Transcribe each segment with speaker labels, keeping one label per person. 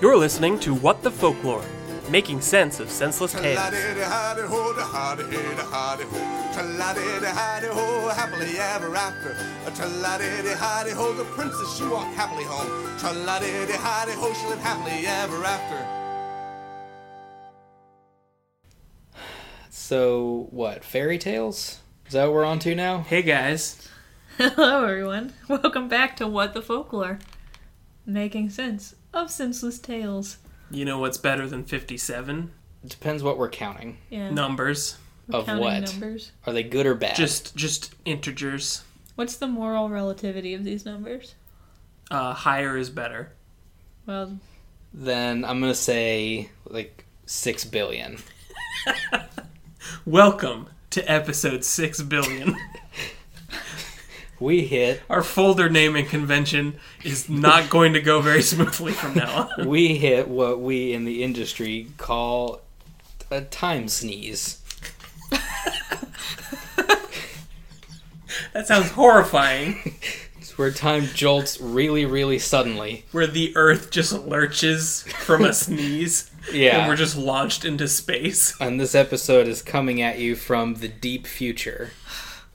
Speaker 1: You're listening to What the Folklore, making sense of senseless tales.
Speaker 2: La-di-di-hi-di-ho, da-ha-di-hi-di-hi-di-ho. Tra-la-di-di-hi-di-ho, happily ever after. Tra-la-di-di-hi-di-ho, the princess she walked happily home. Tra-la-di-di-hi-di-ho, she lived happily ever after.
Speaker 3: So what? Fairy tales? Is that what we're on to now?
Speaker 1: Hey guys,
Speaker 4: Hello, everyone. Welcome back to What the Folklore, making sense of senseless tales.
Speaker 1: you know what's better than 57?
Speaker 3: Depends what we're counting.
Speaker 4: Yeah.
Speaker 1: Numbers.
Speaker 4: We're
Speaker 3: of
Speaker 4: counting
Speaker 3: what?
Speaker 4: Numbers.
Speaker 3: Are they good or bad?
Speaker 1: Just just integers.
Speaker 4: What's the moral relativity of these numbers?
Speaker 1: Uh, higher is better.
Speaker 4: Well,
Speaker 3: then I'm gonna say like six billion.
Speaker 1: Welcome to episode 6 billion.
Speaker 3: We hit
Speaker 1: Our folder naming convention is not going to go very smoothly from now on.
Speaker 3: we hit what we in the industry call a time sneeze.
Speaker 1: That sounds horrifying.
Speaker 3: It's where time jolts really, really suddenly.
Speaker 1: Where the earth just lurches from a sneeze
Speaker 3: Yeah.
Speaker 1: and we're just launched into space.
Speaker 3: and this episode is coming at you from the deep future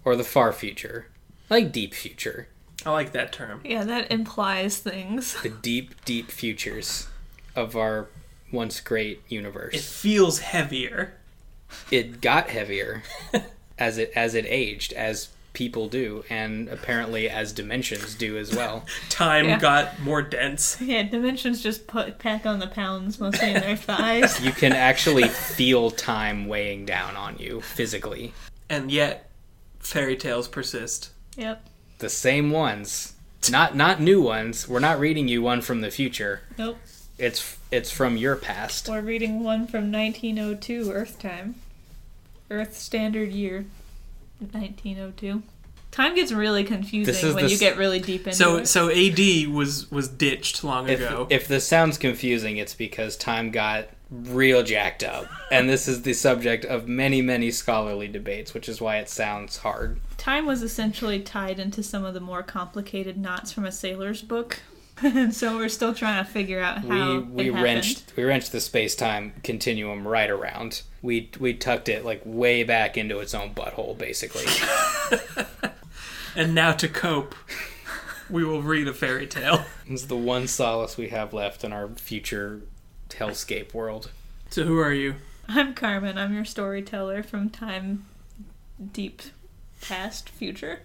Speaker 3: or the far future. I like deep future.
Speaker 1: I like that term.
Speaker 4: yeah, that implies things.
Speaker 3: The deep, deep futures of our once great universe.
Speaker 1: It feels heavier.
Speaker 3: it got heavier as it as it aged as people do and apparently as dimensions do as well
Speaker 1: Time
Speaker 4: Yeah.
Speaker 1: got more dense.
Speaker 4: Yeah, dimensions just put pack on the pounds mostly in their thighs.
Speaker 3: you can actually feel time weighing down on you physically
Speaker 1: and yet fairy tales persist.
Speaker 4: Yep.
Speaker 3: the same ones not not new ones we're not reading you one from the future
Speaker 4: Nope.
Speaker 3: it's it's from your past
Speaker 4: We're reading one from 1902 Earth time. Earth standard year 1902. Time gets really
Speaker 3: This
Speaker 4: confusing
Speaker 3: is
Speaker 4: when
Speaker 3: the
Speaker 4: you
Speaker 3: s-
Speaker 4: get really deep into
Speaker 1: So
Speaker 4: it.
Speaker 1: so AD was was ditched long
Speaker 3: if,
Speaker 1: ago.
Speaker 3: if this sounds confusing it's because time got real jacked up and this is the subject of many many scholarly debates which is why it sounds hard
Speaker 4: Time was essentially tied into some of the more complicated knots from a sailor's book. and so we're still trying to figure out how
Speaker 3: we we
Speaker 4: it happened.
Speaker 3: wrenched we wrenched the space time continuum right around. We we tucked it like way back into its own butthole, basically.
Speaker 1: and now to cope, we will read a fairy tale.
Speaker 3: it's the one solace we have left in our future hellscape world.
Speaker 1: So who are you?
Speaker 4: I'm Carmen. I'm your storyteller from time deep past future.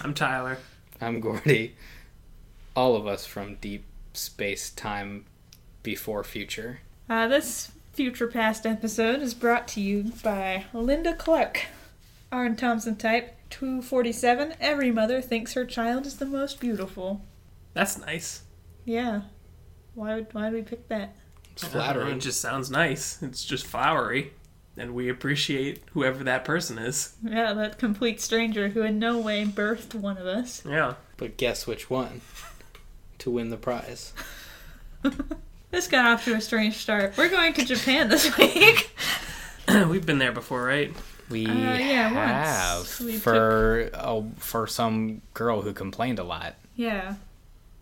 Speaker 1: I'm Tyler.
Speaker 3: I'm Gordy. All of us from deep space time before future.
Speaker 4: Uh, this future past episode is brought to you by Linda Clark. Arn Thompson type 247 Every mother thinks her child is the most beautiful.
Speaker 1: That's nice.
Speaker 4: Yeah. Why would why would we pick that?
Speaker 3: It's
Speaker 1: It
Speaker 3: flattering.
Speaker 1: just sounds nice. It's just flowery. And we appreciate whoever that person is.
Speaker 4: Yeah, that complete stranger who in no way birthed one of us.
Speaker 1: Yeah.
Speaker 3: But guess which one? To win the prize.
Speaker 4: This got off to a strange start. We're going to Japan this week.
Speaker 1: We've been there before, right?
Speaker 3: We
Speaker 4: Uh, yeah,
Speaker 3: have
Speaker 4: once we
Speaker 3: for oh, for some girl who complained a lot.
Speaker 4: yeah.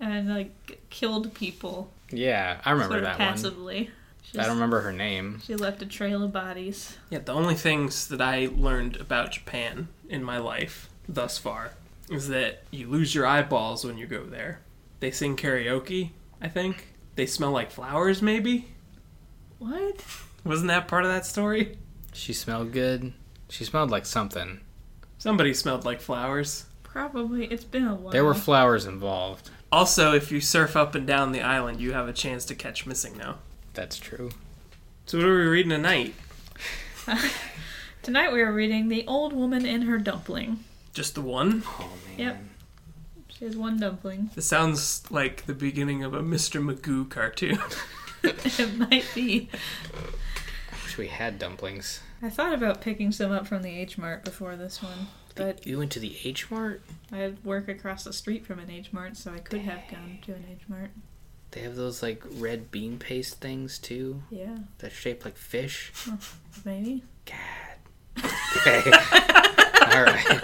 Speaker 4: And like killed people
Speaker 3: Yeah, I remember
Speaker 4: sort of
Speaker 3: that one.
Speaker 4: passively. She,
Speaker 3: I don't remember her name.
Speaker 4: she left a trail of bodies.
Speaker 1: Yeah, the only things that I learned about Japan in my life thus far is that you lose your eyeballs when you go there. They sing karaoke, I think. They smell like flowers, maybe?
Speaker 4: What?
Speaker 1: Wasn't that part of that story?
Speaker 3: She smelled good. She smelled like something.
Speaker 1: Somebody smelled like flowers.
Speaker 4: Probably it's been a while.
Speaker 3: There were flowers involved.
Speaker 1: Also, if you surf up and down the island, you have a chance to catch missing now.
Speaker 3: That's true.
Speaker 1: So, what are we reading tonight?
Speaker 4: Tonight we are reading The Old Woman and Her Dumpling.
Speaker 1: Just the one?
Speaker 3: Oh man.
Speaker 4: Yep. She has one dumpling.
Speaker 1: This sounds like the beginning of a Mr. Magoo cartoon.
Speaker 4: it might be.
Speaker 3: Wish we had dumplings.
Speaker 4: I thought about picking some up from the H Mart before this one, but
Speaker 3: You went to the H Mart?
Speaker 4: I work across the street from an H Mart, so I could have gone to an H Mart.
Speaker 3: They have those like red bean paste things too
Speaker 4: Yeah,
Speaker 3: that are shaped like fish.
Speaker 4: maybe.
Speaker 3: God. Okay. All right.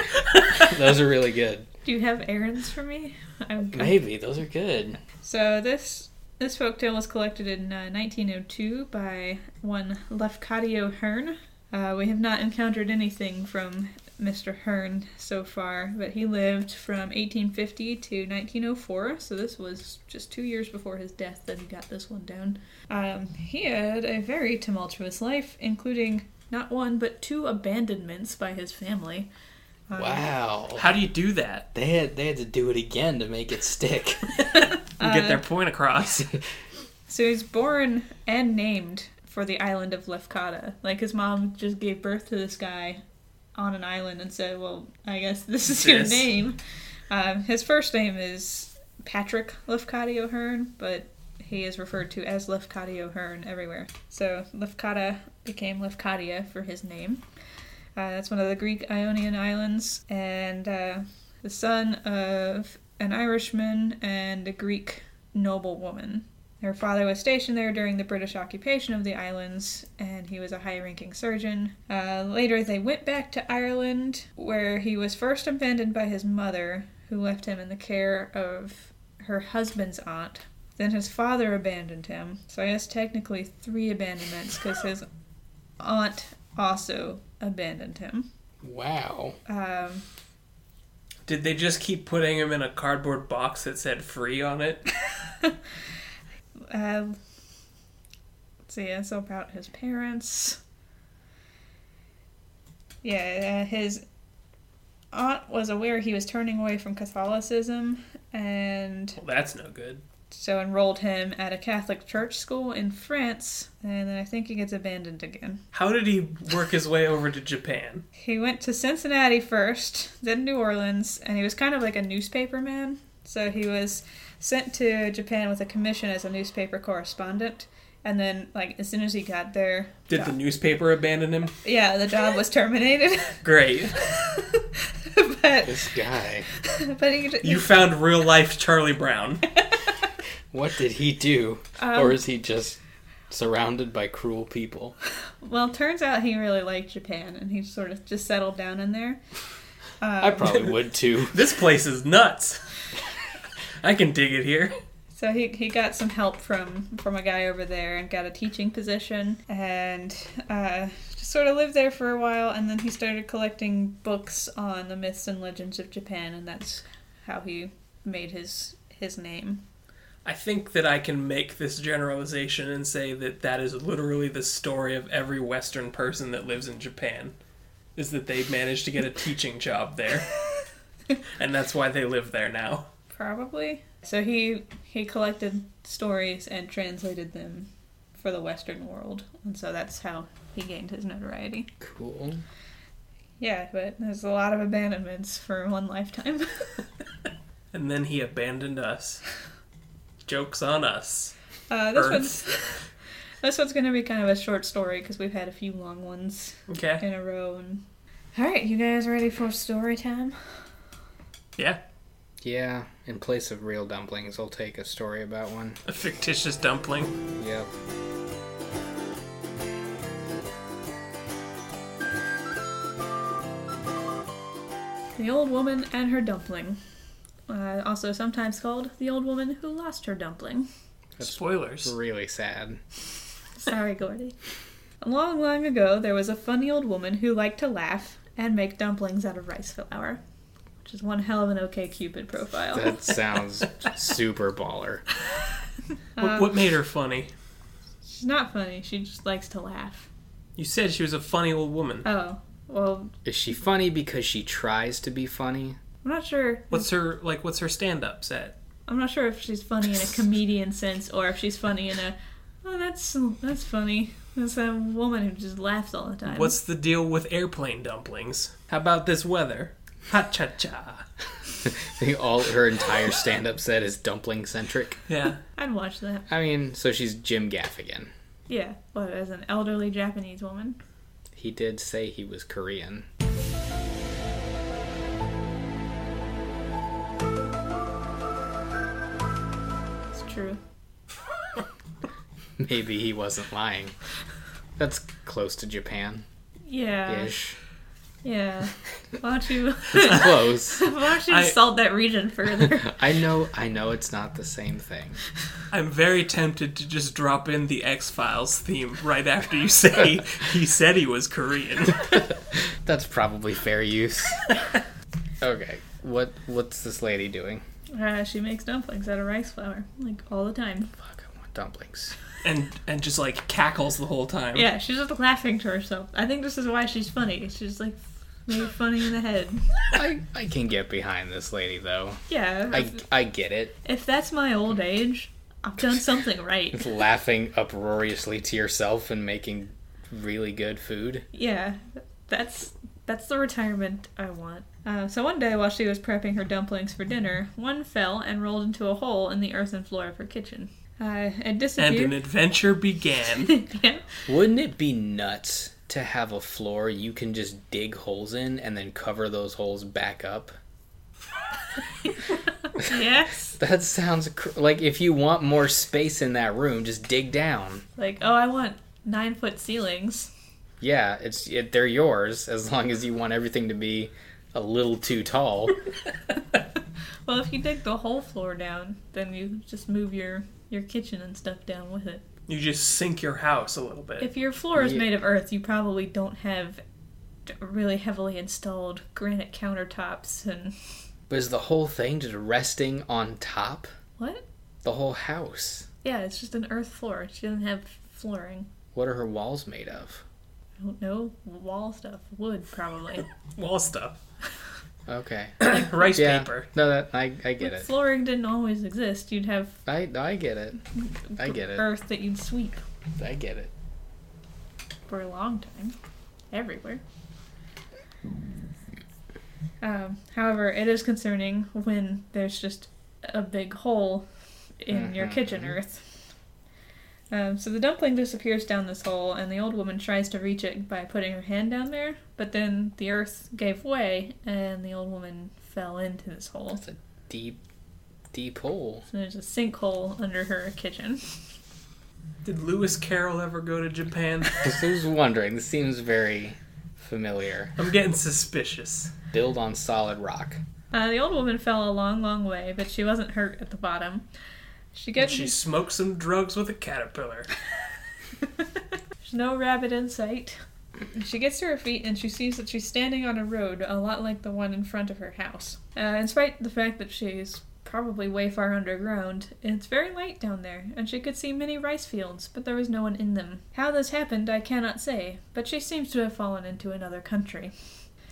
Speaker 3: Those are really good.
Speaker 4: Do you have errands for me? I'm
Speaker 3: Maybe those are good.
Speaker 4: So this This folktale was collected in uh, 1902 by one Lefcadio Hearn. Uh, we have not encountered anything from Mr. Hearn so far, but he lived from 1850 to 1904, so this was just two years before his death that he got this one down. Um, he had a very tumultuous life, including not one but two abandonments by his family. Um,
Speaker 3: Wow.
Speaker 1: How do you do that?
Speaker 3: They had they had to do it again to make it stick.
Speaker 1: And get their point across.
Speaker 4: So he's born and named for the island of Lefkada. Like his mom just gave birth to this guy on an island and said, "Well, I guess this is your
Speaker 1: This.
Speaker 4: name." Um, his first name is Patrick Lefkada O'Hearn, but he is referred to as Lefkada O'Hearn everywhere. So Lefkada became Lefkadia for his name. Uh, that's one of the Greek Ionian islands, and uh, the son of an Irishman and a Greek noblewoman. Their father was stationed there during the British occupation of the islands, and he was a high ranking surgeon. Uh, later, they went back to Ireland, where he was first abandoned by his mother, who left him in the care of her husband's aunt. Then his father abandoned him, so I guess technically three abandonments, because his aunt also abandoned him.
Speaker 3: wow.
Speaker 4: Um,
Speaker 1: Did they just keep putting him in a cardboard box that said free on it?
Speaker 4: uh, let's see, it's about his parents. Yeah, uh, his aunt was aware he was turning away from Catholicism and
Speaker 1: Well, that's no good.
Speaker 4: so enrolled him at a Catholic church school in France, and then I think he gets abandoned again.
Speaker 1: How did he work his way over to Japan?
Speaker 4: He went to Cincinnati first, then New Orleans, and he was kind of like a newspaper man. So he was sent to Japan with a commission as a newspaper correspondent. And then, like, as soon as he got there,
Speaker 1: Did the newspaper abandon him?
Speaker 4: yeah, the job was terminated.
Speaker 1: Great.
Speaker 4: but
Speaker 3: This guy.
Speaker 4: but he,
Speaker 1: You found real life Charlie Brown.
Speaker 3: What did he do?
Speaker 4: Um,
Speaker 3: or is he just surrounded by cruel people?
Speaker 4: well, turns out he really liked Japan, and he sort of just settled down in there. uh, Um,
Speaker 3: I probably would too.
Speaker 1: This place is nuts. I can dig it here.
Speaker 4: So he, he got some help from from a guy over there and got a teaching position and uh, just sort of lived there for a while and then he started collecting books on the myths and legends of Japan and that's how he made his his name.
Speaker 1: I think that I can make this generalization and say that that is literally the story of every Western person that lives in Japan, is that they managed to get a teaching job there, and that's why they live there now.
Speaker 4: Probably. So he he collected stories and translated them for the Western world and so that's how he gained his notoriety.
Speaker 3: Cool.
Speaker 4: Yeah, but there's a lot of abandonments for one lifetime.
Speaker 1: And then he abandoned us. Jokes on us.
Speaker 4: Uh, this
Speaker 1: Earth.
Speaker 4: one's this one's gonna be kind of a short story because we've had a few long ones
Speaker 1: Okay.
Speaker 4: in a row. And... All right, you guys ready for story time?
Speaker 1: Yeah.
Speaker 3: Yeah, in place of real dumplings, I'll take a story about one.
Speaker 1: A fictitious dumpling.
Speaker 3: Yep.
Speaker 4: The old woman and her dumpling, uh, also sometimes called the old woman who lost her dumpling.
Speaker 1: Spoilers.
Speaker 3: Really sad.
Speaker 4: Sorry, Gordy. Long, long ago, there was a funny old woman who liked to laugh and make dumplings out of rice flour, which is one hell of an OK Cupid profile.
Speaker 3: That sounds super baller.
Speaker 1: What, what made her funny?
Speaker 4: She's not funny. She just likes to laugh.
Speaker 1: You said she was a funny old woman.
Speaker 4: Oh, well,
Speaker 3: Is she funny because she tries to be funny?
Speaker 4: I'm not sure
Speaker 1: What's her like? What's her stand-up set?
Speaker 4: I'm not sure if she's funny in a comedian sense or if she's funny in a oh that's that's funny. That's a woman who just laughs all the time.
Speaker 1: What's the deal with airplane dumplings? How about this weather? Ha cha cha.
Speaker 3: All her entire stand-up set is dumpling centric.
Speaker 1: Yeah.
Speaker 4: I'd watch that.
Speaker 3: I mean, so she's Jim Gaffigan.
Speaker 4: Yeah, but as an elderly Japanese woman.
Speaker 3: He did say he was Korean.
Speaker 4: It's true.
Speaker 3: Maybe he wasn't lying. That's close to Japan
Speaker 4: Yeah.
Speaker 3: ish.
Speaker 4: Yeah. Why don't you
Speaker 3: Close.
Speaker 4: why don't you
Speaker 1: I-
Speaker 4: salt that region further?
Speaker 3: I know. I know it's not the same thing.
Speaker 1: I'm very tempted to just drop in the X Files theme right after you say he said he was Korean.
Speaker 3: That's probably fair use. okay. What What's this lady doing?
Speaker 4: Uh, she makes dumplings out of rice flour, like all the time.
Speaker 3: Fuck, I want dumplings.
Speaker 1: and and just like cackles the whole time.
Speaker 4: Yeah, she's just laughing to herself. I think this is why she's funny. She's like maybe funny in the head.
Speaker 3: I I can get behind this lady though.
Speaker 4: Yeah.
Speaker 3: I
Speaker 4: if,
Speaker 3: I get it.
Speaker 4: if that's my old age, I've done something right.
Speaker 3: Laughing uproariously to yourself and making really good food.
Speaker 4: Yeah. That's that's the retirement I want. Uh, so one day while she was prepping her dumplings for dinner, one fell and rolled into a hole in the earthen floor of her kitchen. Uh, it
Speaker 1: And an
Speaker 4: disappeared.
Speaker 1: adventure began.
Speaker 4: yeah.
Speaker 3: Wouldn't it be nuts to have a floor you can just dig holes in and then cover those holes back up?
Speaker 4: Yes.
Speaker 3: That sounds cr- like if you want more space in that room, just dig down.
Speaker 4: Like, oh, I want nine foot ceilings.
Speaker 3: Yeah, it's it, they're yours as long as you want everything to be a little too tall.
Speaker 4: Well, if you dig the whole floor down, then you just move your your kitchen and stuff down with it.
Speaker 1: You just sink your house a little bit.
Speaker 4: If your floor is
Speaker 3: Yeah.
Speaker 4: made of earth, you probably don't have d- really heavily installed granite countertops and
Speaker 3: but is the whole thing just resting on top?
Speaker 4: what?
Speaker 3: The whole house.
Speaker 4: Yeah, it's just an earth floor. She doesn't have flooring.
Speaker 3: What are her walls made of?
Speaker 4: I don't know wall stuff. Wood probably.
Speaker 1: Wall stuff,
Speaker 3: Okay.
Speaker 1: rice
Speaker 3: Yeah.
Speaker 1: paper.
Speaker 3: No, that I I get it.
Speaker 4: flooring didn't always exist. You'd have
Speaker 3: I I get it. I get it.
Speaker 4: earth that you'd sweep
Speaker 3: I get it.
Speaker 4: for a long time, everywhere. Um, however, it is concerning when there's just a big hole in your kitchen earth. Um, so the dumpling disappears down this hole, and the old woman tries to reach it by putting her hand down there, but then the earth gave way, and the old woman fell into this hole.
Speaker 3: That's a deep deep hole.
Speaker 4: So there's a sinkhole under her kitchen.
Speaker 1: Did Lewis Carroll ever go to Japan?
Speaker 3: Just I was wondering. This seems very familiar.
Speaker 1: I'm getting suspicious.
Speaker 3: Build on solid rock.
Speaker 4: Uh, the old woman fell a long, long way, but she wasn't hurt at the bottom. She gets
Speaker 1: She smoked some drugs with a caterpillar.
Speaker 4: There's no rabbit in sight. She gets to her feet and she sees that she's standing on a road a lot like the one in front of her house. Uh, in spite of the fact that she's probably way far underground, it's very light down there, and she could see many rice fields, but there was no one in them. How this happened, I cannot say, but she seems to have fallen into another country.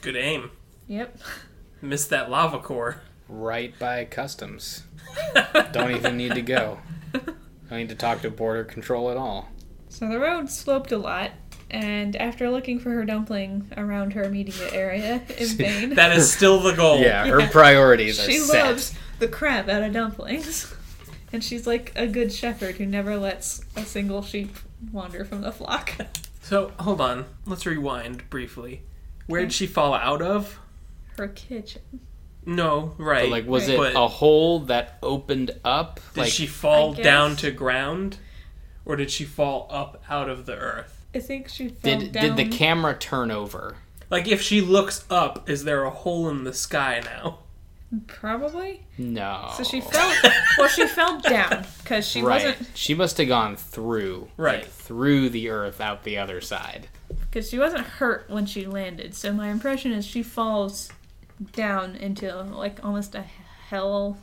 Speaker 1: Good aim.
Speaker 4: Yep.
Speaker 1: Missed that lava core.
Speaker 3: Right by customs. Don't even need to go. Don't need to talk to border control at all.
Speaker 4: So the road sloped a lot, and after looking for her dumpling around her immediate area in vain,
Speaker 1: That is still the goal.
Speaker 3: Yeah, her
Speaker 4: Yeah.
Speaker 3: priorities are
Speaker 4: she
Speaker 3: set.
Speaker 4: loves the crap out of dumplings. And she's like a good shepherd who never lets a single sheep wander from the flock.
Speaker 1: So hold on. Let's rewind briefly. Where did she fall out of?
Speaker 4: Her kitchen.
Speaker 1: No, right.
Speaker 3: But, like, was it
Speaker 1: But-
Speaker 3: a hole that opened up?
Speaker 1: did
Speaker 3: like,
Speaker 1: she
Speaker 4: I
Speaker 1: fall
Speaker 4: guess.
Speaker 1: down to ground, or did she fall up out of the earth?
Speaker 4: I think she fell
Speaker 3: did
Speaker 4: down.
Speaker 3: did the camera turn over?
Speaker 1: Like if she looks up, is there a hole in the sky now?
Speaker 4: Probably.
Speaker 3: No.
Speaker 4: So she fell. well, she fell down because she
Speaker 3: Oh. Right.
Speaker 4: wasn't
Speaker 3: She must have gone through.
Speaker 1: Right.
Speaker 3: Through the earth out the other side.
Speaker 4: because she wasn't hurt when she landed. So my impression is she falls down into like almost a hell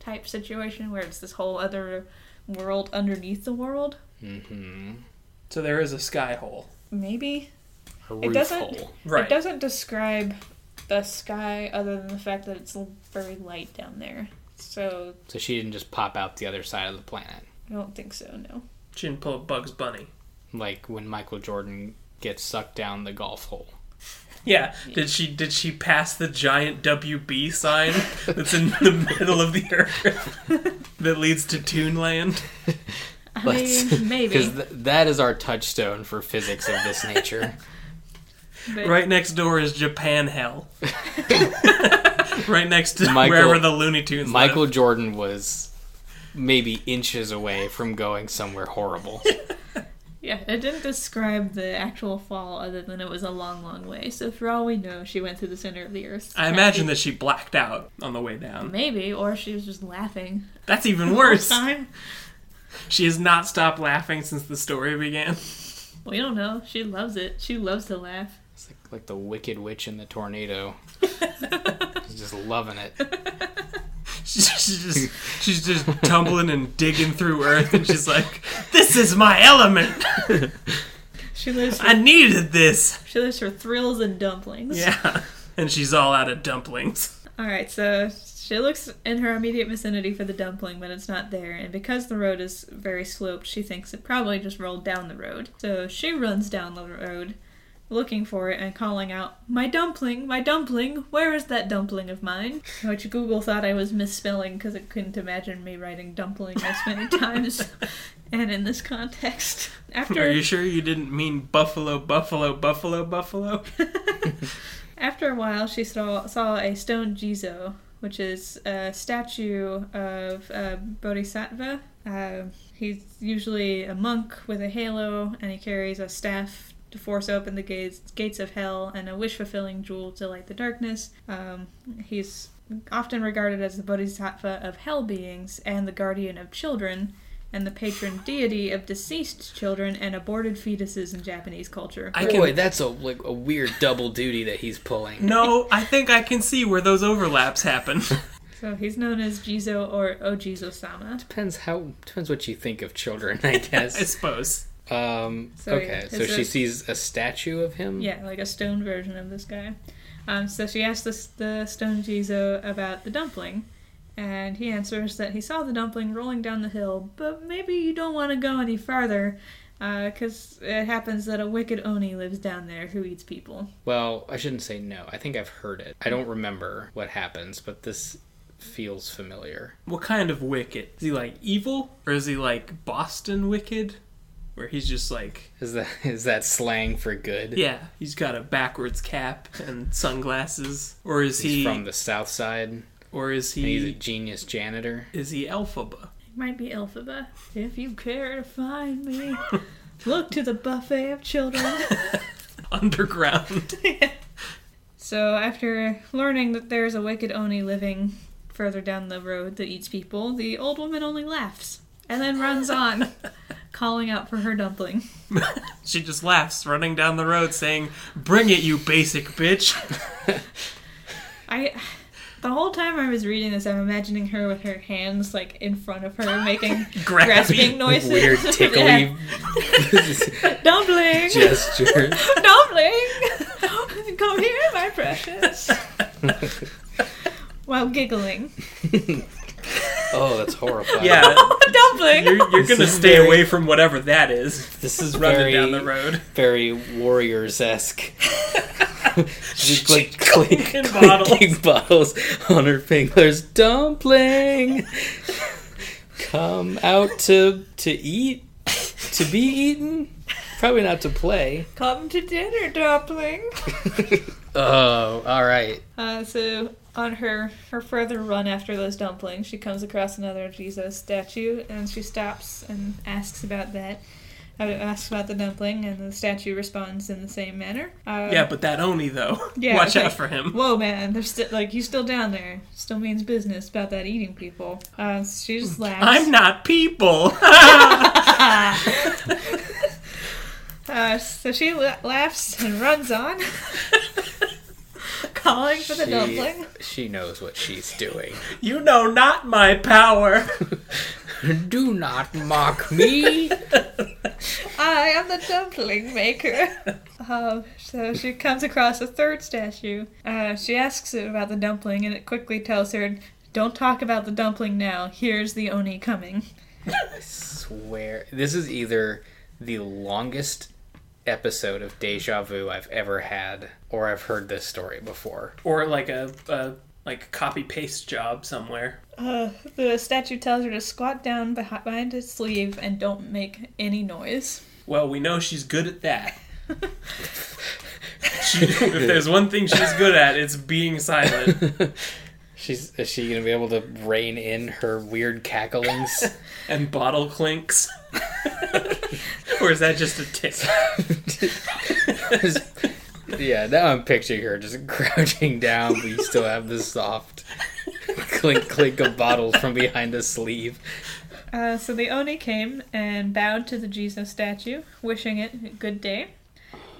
Speaker 4: type situation where it's this whole other world underneath the world.
Speaker 3: Mm-hmm.
Speaker 1: So there is a sky hole.
Speaker 4: Maybe
Speaker 3: A
Speaker 4: It
Speaker 3: roof
Speaker 4: doesn't-
Speaker 3: hole.
Speaker 1: Right.
Speaker 4: It doesn't describe the sky other than the fact that it's l- very light down there. So
Speaker 3: So she didn't just pop out the other side of the planet.
Speaker 4: I don't think so, no.
Speaker 1: She didn't pull a Bugs Bunny.
Speaker 3: Like when Michael Jordan gets sucked down the golf hole.
Speaker 1: Yeah. Did she did she pass the giant WB sign that's in the middle of the earth that leads to Toon Land?
Speaker 4: I
Speaker 3: Let's-
Speaker 4: mean, maybe.
Speaker 3: Because th- that is our touchstone for physics of this nature.
Speaker 4: but
Speaker 1: Right next door is Japan Hell. right next to
Speaker 3: Michael-
Speaker 1: wherever the Looney Tunes
Speaker 3: Michael
Speaker 1: live.
Speaker 3: Jordan was maybe inches away from going somewhere horrible.
Speaker 4: Yeah, it didn't describe the actual fall other than it was a long, long way. So for all we know, she went to the center of the earth.
Speaker 1: I imagine that she blacked out on the way down.
Speaker 4: Maybe, or she was just laughing.
Speaker 1: That's even
Speaker 4: the
Speaker 1: worse.
Speaker 4: whole time.
Speaker 1: She has not stopped laughing since the story began.
Speaker 4: We don't know. She loves it. She loves to laugh.
Speaker 3: It's like, like the Wicked Witch in the tornado. She's just loving it.
Speaker 1: She's just, she's just tumbling and digging through earth, and she's like, "This is my element.
Speaker 4: She lives. For,
Speaker 1: I needed this."
Speaker 4: she lives for thrills and dumplings.
Speaker 1: Yeah, and she's all out of dumplings.
Speaker 4: All right, so she looks in her immediate vicinity for the dumpling, but it's not there. And because the road is very sloped, she thinks it probably just rolled down the road. So she runs down the road looking for it and calling out, My dumpling, my dumpling, where is that dumpling of mine? Which Google thought I was misspelling because it couldn't imagine me writing dumpling this many times. and in this context, after
Speaker 1: Are you sure you didn't mean buffalo, buffalo, buffalo, buffalo?
Speaker 4: After a while, she saw, saw a stone Jizo, which is a statue of a bodhisattva. Uh, he's usually a monk with a halo, and he carries a staff to force open the gates, gates of hell and a wish fulfilling jewel to light the darkness. Um, he's often regarded as the bodhisattva of hell beings and the guardian of children. And the patron deity of deceased children and aborted fetuses in Japanese culture.
Speaker 1: I
Speaker 3: Boy,
Speaker 1: can
Speaker 3: that's a like a weird double duty that he's pulling.
Speaker 1: no. I think I can see where those overlaps happen.
Speaker 4: So he's known as Jizo or Ojizo Sama.
Speaker 3: Depends how depends what you think of children, I
Speaker 1: I
Speaker 3: guess.
Speaker 1: suppose.
Speaker 3: um,
Speaker 4: So,
Speaker 3: okay,
Speaker 4: yeah,
Speaker 3: so
Speaker 4: it's
Speaker 3: she
Speaker 4: a-
Speaker 3: sees a statue of him.
Speaker 4: Yeah, like a stone version of this guy. Um, so she asks this, the stone Jizo about the dumpling, and he answers that he saw the dumpling rolling down the hill, but maybe you don't want to go any farther, because it happens that a wicked Oni lives down there who eats people.
Speaker 3: Well, I shouldn't say no. I think I've heard it. I don't remember what happens, but this feels familiar.
Speaker 1: What kind of wicked? Is he like evil, or is he like Boston wicked, where he's just like
Speaker 3: Is that is that slang for good?
Speaker 1: Yeah, he's got a backwards cap and sunglasses. Or is
Speaker 3: He's
Speaker 1: he?
Speaker 3: from the South Side. and
Speaker 1: or is
Speaker 3: He's a
Speaker 1: he?
Speaker 3: genius janitor.
Speaker 1: Is he Elphaba?
Speaker 4: It might be Elphaba. If you care to find me, look to the buffet of children.
Speaker 1: Underground.
Speaker 4: So after learning that there's a wicked Oni living further down the road that eats people, the old woman only laughs and then runs on, calling out for her dumpling.
Speaker 1: she just laughs, running down the road, saying, "Bring it, you basic bitch."
Speaker 4: I the whole time I was reading this, I'm imagining her with her hands like in front of her making
Speaker 1: Grabbing.
Speaker 4: grasping noises.
Speaker 3: Weird tickly
Speaker 4: Yeah. Dumpling,
Speaker 3: gesture.
Speaker 4: dumpling, come here, my precious. While giggling,
Speaker 3: Oh, that's horrifying.
Speaker 1: Yeah,
Speaker 4: Oh, dumpling.
Speaker 1: you're, you're gonna
Speaker 3: is
Speaker 1: stay
Speaker 3: very-
Speaker 1: away from whatever that is.
Speaker 3: This is
Speaker 1: Running
Speaker 3: very,
Speaker 1: down the road,
Speaker 3: very warriors esque. Just like clinking
Speaker 1: Clinking bottles.
Speaker 3: bottles. on her fingers. Dumpling, come out to to eat, to be eaten. Probably not to play.
Speaker 4: Come to dinner, dumpling.
Speaker 3: Oh, all right.
Speaker 4: Uh, so on her her further run after those dumplings, she comes across another Jesus statue, and she stops and asks about that. Uh, asks about the dumpling, and the statue responds in the same manner. Uh,
Speaker 1: yeah, but that Oni though.
Speaker 4: Yeah,
Speaker 1: Watch
Speaker 4: okay.
Speaker 1: out for him.
Speaker 4: Whoa, man! There's still like you still down there. Still means business about that eating people. Uh, she just laughs.
Speaker 1: I'm not people.
Speaker 4: Uh, so she la- laughs and runs on, calling for the dumpling.
Speaker 3: she knows what she's doing.
Speaker 1: you know not my power.
Speaker 3: Do not mock me.
Speaker 4: I am the dumpling maker. um, so she comes across a third statue. Uh, she asks it about the dumpling, and it quickly tells her, "Don't talk about the dumpling now. Here's the oni coming."
Speaker 3: swear this is either the longest episode of deja vu i've ever had or i've heard this story before
Speaker 1: or like a, a like copy paste job somewhere.
Speaker 4: Uh, the statue tells her to squat down behi- behind its sleeve and don't make any noise.
Speaker 1: Well, we know she's good at that. She, if there's one thing she's good at, it's being silent.
Speaker 3: she's is she gonna be able to rein in her weird cacklings
Speaker 1: And bottle clinks. or is that just a tip?
Speaker 3: yeah, now I'm picturing her just crouching down, but you still have the soft clink clink of bottles from behind the sleeve.
Speaker 4: Uh, so the Oni came and bowed to the Jizo statue, wishing it a good day.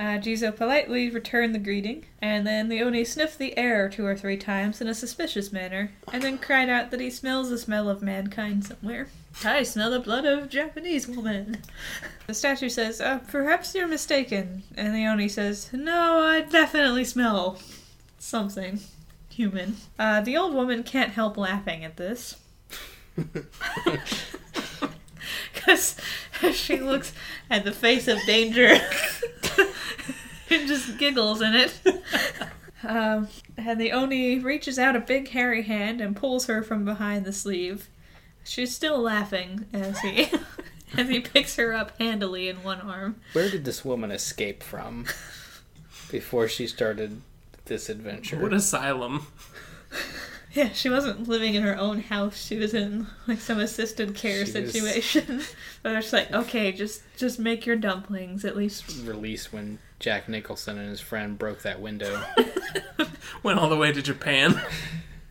Speaker 4: Uh, Jizo politely returned the greeting, and then the Oni sniffed the air two or three times in a suspicious manner, and then cried out that he smells the smell of mankind somewhere. I smell the blood of a Japanese woman. The statue says, uh, Perhaps you're mistaken. And the Oni says, No, I definitely smell something human. Uh, the old woman can't help laughing at this. Because she looks at the face of danger and just giggles in it. Um, and the Oni reaches out a big hairy hand and pulls her from behind the sleeve. She's still laughing as he as he picks her up handily in one arm.
Speaker 3: Where did this woman escape from before she started this adventure?
Speaker 1: What asylum?
Speaker 4: Yeah, she wasn't living in her own house. She was in like some assisted care
Speaker 3: She was-
Speaker 4: situation. but it's like, okay, just just make your dumplings at least
Speaker 3: release when Jack Nicholson and his friend broke that window.
Speaker 1: Went all the way to Japan.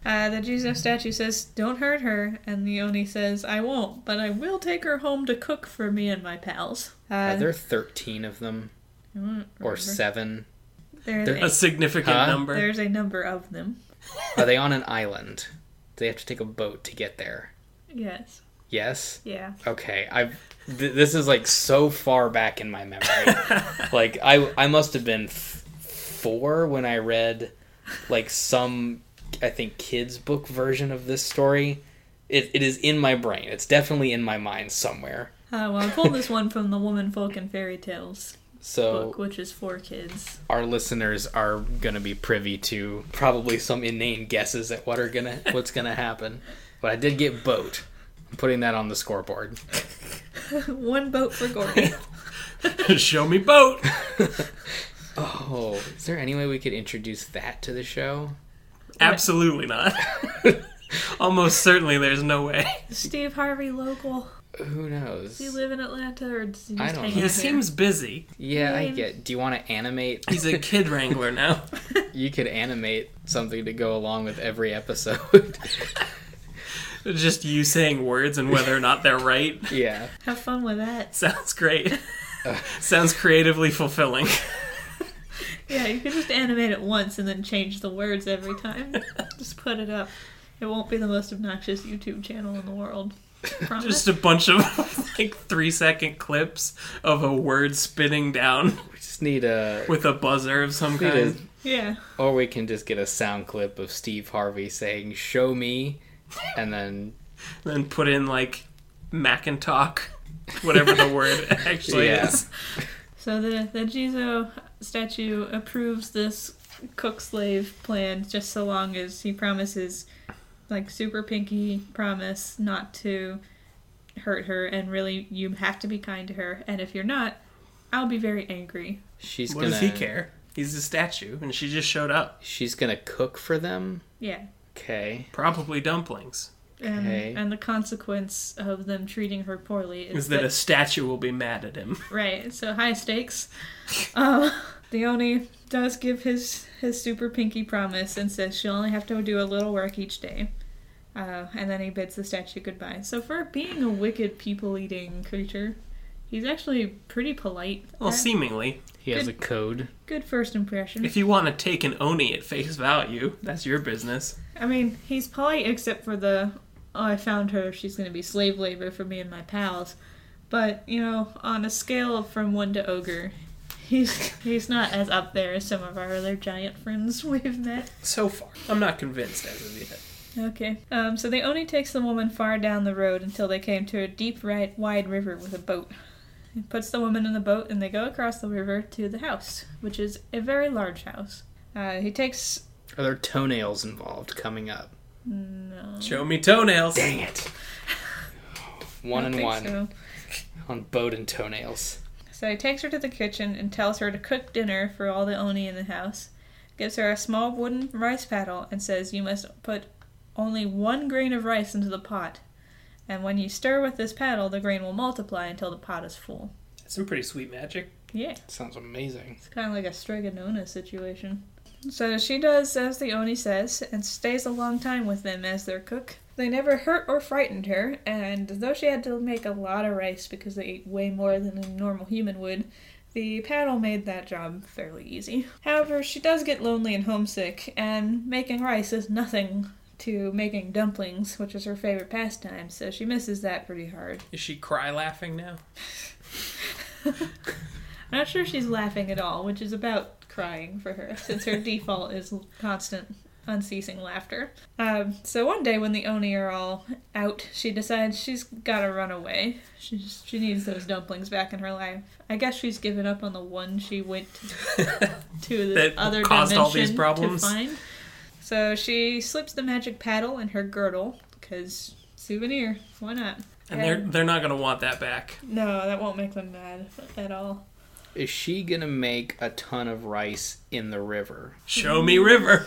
Speaker 4: Uh, the Jesus statue says, Don't hurt her. And the Oni says, I won't, but I will take her home to cook for me and my pals.
Speaker 3: Are
Speaker 4: Uh,
Speaker 3: there 13 of them? Or seven?
Speaker 4: there's,
Speaker 3: there-
Speaker 1: A
Speaker 4: a,
Speaker 1: significant
Speaker 3: Huh?
Speaker 1: number.
Speaker 4: there's a number of them.
Speaker 3: Are they on an island? Do they have to take a boat to get there?
Speaker 4: Yes.
Speaker 3: Yes?
Speaker 4: Yeah.
Speaker 3: Okay, I've th- this is like so far back in my memory. like I I must have been f- four when I read like some I think kids book version of this story. It, it is in my brain. It's definitely in my mind somewhere.
Speaker 4: Uh, well, I pulled this one from the Woman Folk and Fairy Tales
Speaker 3: So
Speaker 4: book,
Speaker 3: Oh.
Speaker 4: which is for kids.
Speaker 3: our listeners are gonna be privy to probably some inane guesses at what are gonna what's gonna happen. But I did get boat. I'm putting that on the scoreboard.
Speaker 4: one boat for Gordy.
Speaker 1: Show me boat.
Speaker 3: Oh, is there any way we could introduce that to the show?
Speaker 1: Absolutely not. Almost certainly, there's no way.
Speaker 4: Steve Harvey local.
Speaker 3: Who knows?
Speaker 4: Do you live in Atlanta or does he just
Speaker 3: I don't
Speaker 4: hang
Speaker 3: know.
Speaker 1: He
Speaker 4: out
Speaker 1: seems busy.
Speaker 3: yeah, I
Speaker 4: mean-
Speaker 3: get. Do you want to animate?
Speaker 1: He's a kid wrangler now.
Speaker 3: you could animate something to go along with every episode.
Speaker 1: Just you saying words and whether or not they're right
Speaker 3: yeah.
Speaker 4: here? Have fun with that.
Speaker 1: sounds great.
Speaker 3: Uh.
Speaker 1: Sounds creatively fulfilling.
Speaker 4: Yeah, you could just animate it once and then change the words every time. just put it up. It won't be the most obnoxious YouTube channel in the world. Promise.
Speaker 1: Just a bunch of like three second clips of a word spinning down
Speaker 3: We just need a.
Speaker 1: with a buzzer of some
Speaker 3: we need a-
Speaker 1: kind.
Speaker 4: yeah.
Speaker 3: or we can just get a sound clip of Steve Harvey saying, Show me. And then.
Speaker 1: Then put in like Macintosh, whatever the word actually
Speaker 3: Yeah.
Speaker 1: is.
Speaker 4: So the the Jizo statue approves this cook slave plan just so long as he promises like super pinky promise not to hurt her and really you have to be kind to her and if you're not I'll be very angry.
Speaker 3: She's
Speaker 1: What
Speaker 3: gonna,
Speaker 1: does he care? He's a statue, and she just showed up.
Speaker 3: She's gonna cook for them.
Speaker 4: Yeah.
Speaker 3: Okay.
Speaker 1: Probably dumplings.
Speaker 4: And,
Speaker 3: Okay.
Speaker 4: and the consequence of them treating her poorly is,
Speaker 1: Is that a statue will be mad at him?
Speaker 4: Right, so high stakes. Uh, the Oni does give his his super pinky promise and says she'll only have to do a little work each day. Uh, and then he bids the statue goodbye. So for being a wicked people-eating creature, he's actually pretty polite.
Speaker 1: Well,
Speaker 4: Uh,
Speaker 1: seemingly.
Speaker 3: He has a code.
Speaker 4: Good first impression.
Speaker 1: If you want to take an Oni at face value, that's your business.
Speaker 4: I mean, he's polite except for the oh, I found her. She's going to be slave labor for me and my pals. But you know, on a scale of from one to ogre, he's he's not as up there as some of our other giant friends we've met.
Speaker 1: So far. I'm not convinced as of yet.
Speaker 4: Okay. Um, so the Oni takes the woman far down the road until they came to a deep, right, wide river with a boat. He puts the woman in the boat and they go across the river to the house, which is a very large house. Uh, he takes.
Speaker 3: Are there toenails involved coming up?
Speaker 4: No.
Speaker 1: Show me toenails.
Speaker 3: Dang it. One
Speaker 4: I don't
Speaker 3: and
Speaker 4: think
Speaker 3: one
Speaker 4: so.
Speaker 3: on boat and toenails.
Speaker 4: So he takes her to the kitchen and tells her to cook dinner for all the Oni in the house, gives her a small wooden rice paddle, and says, You must put only one grain of rice into the pot. And when you stir with this paddle, the grain will multiply until the pot is full.
Speaker 1: That Some pretty sweet magic.
Speaker 4: Yeah.
Speaker 3: Sounds amazing.
Speaker 4: It's kind of like a Stregonona situation. So she does as the Oni says and stays a long time with them as their cook. They never hurt or frightened her, and though she had to make a lot of rice because they ate way more than a normal human would, the paddle made that job fairly easy. However, she does get lonely and homesick, and making rice is nothing to making dumplings, which is her favorite pastime, so she misses that pretty hard.
Speaker 1: Is she cry laughing now?
Speaker 4: I'm not sure she's laughing at all, which is about crying for her, since her default is constant, unceasing laughter. Um, so one day when the Oni are all out, she decides she's gotta run away. She, just, she needs those dumplings back in her life. I guess she's given up on the one she went to the
Speaker 1: That
Speaker 4: other
Speaker 1: caused
Speaker 4: dimension
Speaker 1: all these problems.
Speaker 4: to find. So she slips the magic paddle in her girdle, because souvenir, why not?
Speaker 1: And they're they're not gonna want that back.
Speaker 4: No, that won't make them mad at all.
Speaker 3: Is she gonna make a ton of rice in the river?
Speaker 1: Show me river.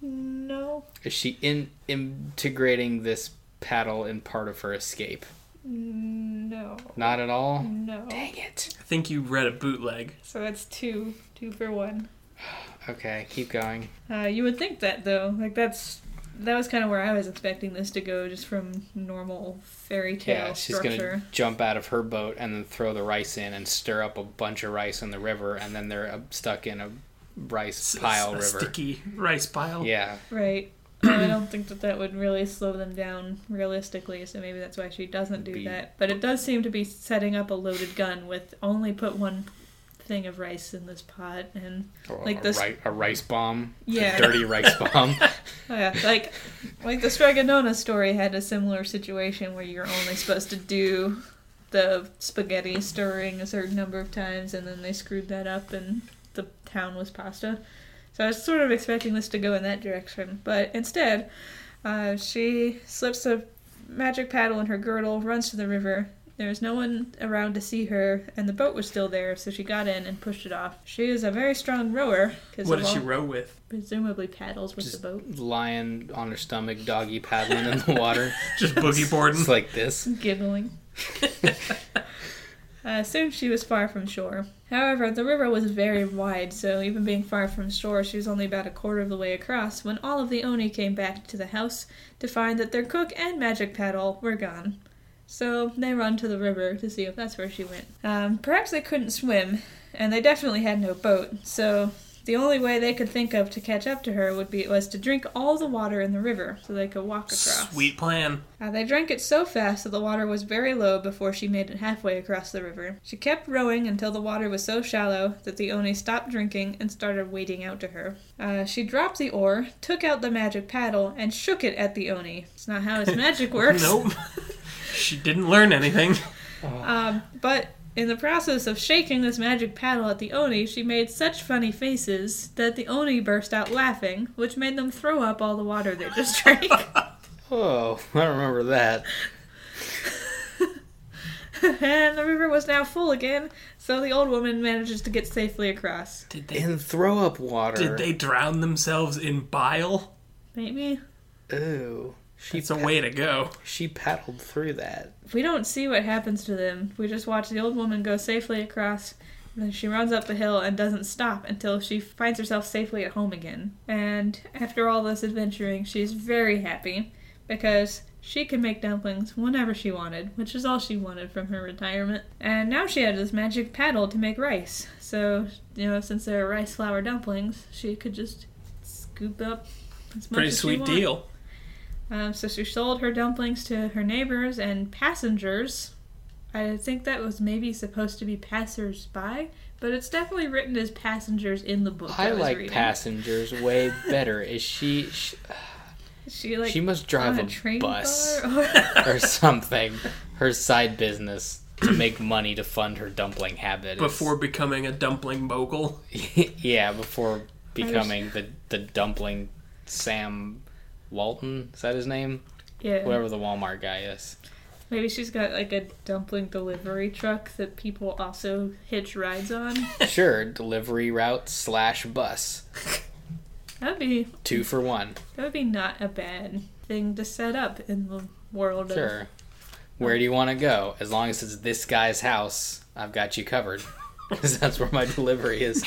Speaker 4: No.
Speaker 3: Is she in integrating this paddle in part of her escape?
Speaker 4: No,
Speaker 3: Not at all.
Speaker 4: no.
Speaker 3: Dang it.
Speaker 1: I think you read a bootleg.
Speaker 4: So that's two, two for one.
Speaker 3: Okay, keep going.
Speaker 4: Uh, you would think that though, like that's that was kind of where I was expecting this to go, just from normal fairy tale
Speaker 3: Yeah, she's
Speaker 4: structure.
Speaker 3: gonna jump out of her boat and then throw the rice in and stir up a bunch of rice in the river, and then they're uh, stuck in a rice
Speaker 1: S-
Speaker 3: pile
Speaker 1: a
Speaker 3: river.
Speaker 1: Sticky rice pile.
Speaker 3: Yeah,
Speaker 4: Right. And I don't think that that would really slow them down realistically, so maybe that's why she doesn't do
Speaker 3: Be-
Speaker 4: that. But it does seem to be setting up a loaded gun with only put one thing of rice in this pot and
Speaker 3: or
Speaker 4: Like
Speaker 3: a,
Speaker 4: this-
Speaker 3: ri- a rice bomb.
Speaker 4: yeah,
Speaker 3: A dirty rice bomb.
Speaker 4: Oh, yeah, like like the Stregonona story had a similar situation where you're only supposed to do the spaghetti stirring a certain number of times, and then they screwed that up, and the town was pasta. So I was sort of expecting this to go in that direction, but instead, uh, she slips a magic paddle in her girdle, runs to the river. There was no one around to see her, and the boat was still there, so she got in and pushed it off. She is a very strong rower, because
Speaker 1: What did she row with?
Speaker 4: presumably paddles with
Speaker 3: Just
Speaker 4: the boat.
Speaker 3: lying on her stomach, doggy paddling in the water.
Speaker 1: Just boogie boarding.
Speaker 3: It's like this.
Speaker 4: giggling. uh, soon she was far from shore. However, the river was very wide, so even being far from shore, she was only about a quarter of the way across when all of the Oni came back to the house to find that their cook and magic paddle were gone. So they run to the river to see if that's where she went. Um, perhaps they couldn't swim, and they definitely had no boat, so the only way they could think of to catch up to her would be was to drink all the water in the river so they could walk across.
Speaker 1: Sweet plan.
Speaker 4: Uh, they drank it so fast that the water was very low before she made it halfway across the river. She kept rowing until the water was so shallow that the Oni stopped drinking and started wading out to her. Uh, she dropped the oar, took out the magic paddle, and shook it at the Oni. It's not how his magic works.
Speaker 1: Nope. she didn't learn anything.
Speaker 4: Um, but in the process of shaking this magic paddle at the Oni, she made such funny faces that the Oni burst out laughing, which made them throw up all the water they just drank.
Speaker 3: Oh, I remember that.
Speaker 4: and the river was now full again, so the old woman manages to get safely across.
Speaker 1: Did they
Speaker 3: In throw up water.
Speaker 1: did they drown themselves in bile?
Speaker 4: Maybe
Speaker 3: Ooh. She,
Speaker 1: It's a
Speaker 3: pa-
Speaker 1: way to go.
Speaker 3: she paddled through that.
Speaker 4: we don't see what happens to them. We just watch the old woman go safely across. and Then she runs up the hill and doesn't stop until she finds herself safely at home again. And after all this adventuring, she's very happy because she could make dumplings whenever she wanted, which is all she wanted from her retirement. And now she had this magic paddle to make rice. So, you know, since they're rice flour dumplings, she could just scoop up as much
Speaker 1: Pretty
Speaker 4: as she
Speaker 1: sweet
Speaker 4: wanted.
Speaker 1: deal.
Speaker 4: Um, so she sold her dumplings to her neighbors and passengers. I think that was maybe supposed to be passers by, but it's definitely written as passengers in the book.
Speaker 3: I
Speaker 4: was
Speaker 3: like
Speaker 4: reading.
Speaker 3: passengers way better. Is she? She,
Speaker 4: She like
Speaker 3: she must drive
Speaker 4: on
Speaker 3: a,
Speaker 4: a train
Speaker 3: bus
Speaker 4: car. or-
Speaker 3: or something. Her side business to make money to fund her dumpling habit. is-
Speaker 1: Before becoming a dumpling mogul.
Speaker 3: yeah, before becoming the the dumpling Sam Walton. Is that his name?
Speaker 4: yeah.
Speaker 3: Whatever the Walmart guy is.
Speaker 4: Maybe she's got like a dumpling delivery truck that people also hitch rides on.
Speaker 3: Sure, delivery route slash bus.
Speaker 4: That'd be
Speaker 3: Two for one.
Speaker 4: that would be not a bad thing to set up in the world
Speaker 3: Sure. Where do you want to go? As long as it's this guy's house, I've got you covered. Because that's where my delivery is.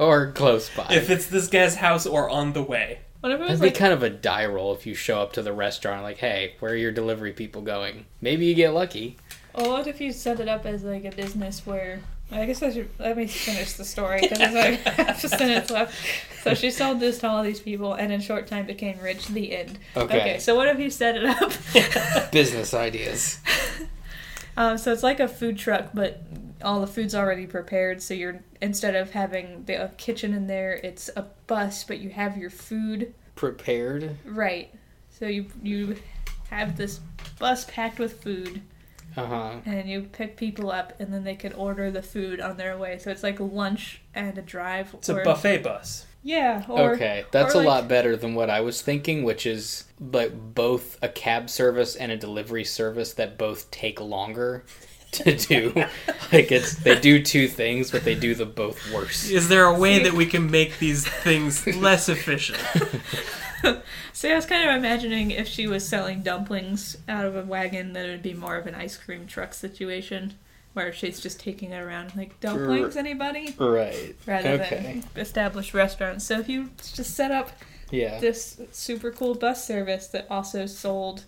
Speaker 3: or close by.
Speaker 1: If it's this guy's house or on the way.
Speaker 4: What if it
Speaker 3: That'd
Speaker 4: was
Speaker 3: be
Speaker 4: like
Speaker 3: kind of a die roll if you show up to the restaurant like, hey, where are your delivery people going? Maybe you get lucky.
Speaker 4: Well, what if you set it up as like a business where? I guess I should let me finish the story because there's like half a sentence left. So she sold this to all these people, and in short time became rich. The end.
Speaker 3: Okay.
Speaker 4: so what if you set it up?
Speaker 3: Business ideas.
Speaker 4: um, so it's like a food truck, but all the food's already prepared. So you're instead of having the a kitchen in there, it's a bus, but you have your food
Speaker 3: Prepared.
Speaker 4: right. So you you have this bus packed with food.
Speaker 3: Uh huh.
Speaker 4: and you pick people up and then they could order the food on their way so it's like lunch and a drive
Speaker 1: It's a buffet bus.
Speaker 4: yeah or
Speaker 3: Okay, that's a
Speaker 4: or, like-
Speaker 3: lot better than what I was thinking, which is like both a cab service and a delivery service that both take longer to do. like it's they do two things, but they do the both worse.
Speaker 1: Is there a way
Speaker 4: See-
Speaker 1: that we can make these things less efficient?
Speaker 4: so i was kind of imagining if she was selling dumplings out of a wagon that it would be more of an ice cream truck situation where she's just taking it around like dumplings anybody
Speaker 3: Right.
Speaker 4: rather
Speaker 3: Okay.
Speaker 4: than established restaurants so if you just set up
Speaker 3: Yeah.
Speaker 4: this super cool bus service that also sold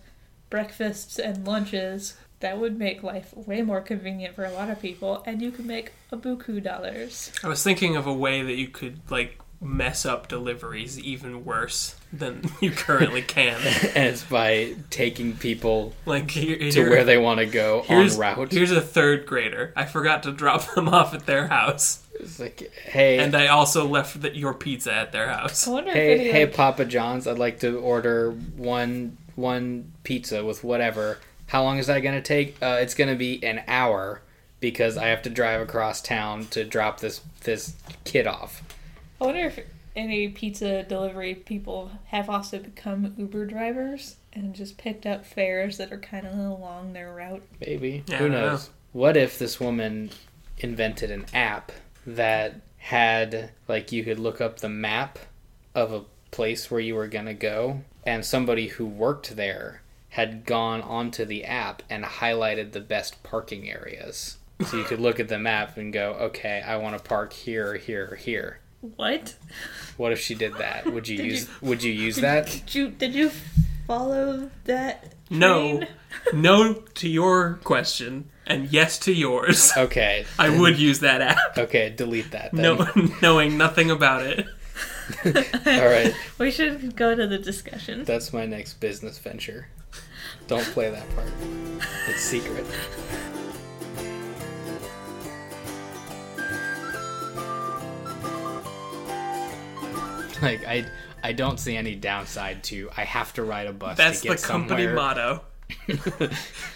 Speaker 4: breakfasts and lunches. That would make life way more convenient for a lot of people, and you could make a buku dollars.
Speaker 1: I was thinking of a way that you could like mess up deliveries even worse than you currently can.
Speaker 3: and it's by taking people
Speaker 1: Like here,
Speaker 3: to
Speaker 1: here-
Speaker 3: where they want to go on
Speaker 1: here's,
Speaker 3: route.
Speaker 1: Here's a third grader. I forgot to drop them off at their house,
Speaker 3: It's like, hey,
Speaker 1: and I also left the, your pizza at their house.
Speaker 4: I wonder if
Speaker 3: hey,
Speaker 4: any
Speaker 3: hey,
Speaker 4: like,
Speaker 3: Papa John's, I'd like to order one one pizza with whatever. How long is that gonna take? Uh, it's gonna be an hour because I have to drive across town to drop this this kid off.
Speaker 4: I wonder if any pizza delivery people have also become Uber drivers and just picked up fares that are kind of along their route.
Speaker 3: Maybe
Speaker 1: Yeah, I
Speaker 3: who
Speaker 1: don't
Speaker 3: knows? What if this woman invented an app that had like you could look up the map of a place where you were gonna go, and somebody who worked there had gone onto the app and highlighted the best parking areas. So you could look at the map and go, okay, I want to park here, here, here.
Speaker 4: What?
Speaker 3: What if she did that? Would you
Speaker 4: Did
Speaker 3: use? Would you use that?
Speaker 4: Did you, did you follow that?
Speaker 1: No,
Speaker 4: train?
Speaker 1: no to your question, and yes to yours.
Speaker 3: Okay,
Speaker 1: I would use that app,
Speaker 3: okay, delete that. Then.
Speaker 1: no, knowing nothing about it.
Speaker 3: All right.
Speaker 4: We should go to the discussion.
Speaker 3: That's my next business venture. Don't play that part. It's secret. Like I I don't see any downside to I have to ride a bus
Speaker 1: That's
Speaker 3: to
Speaker 1: the
Speaker 3: get
Speaker 1: company
Speaker 3: somewhere.
Speaker 1: motto.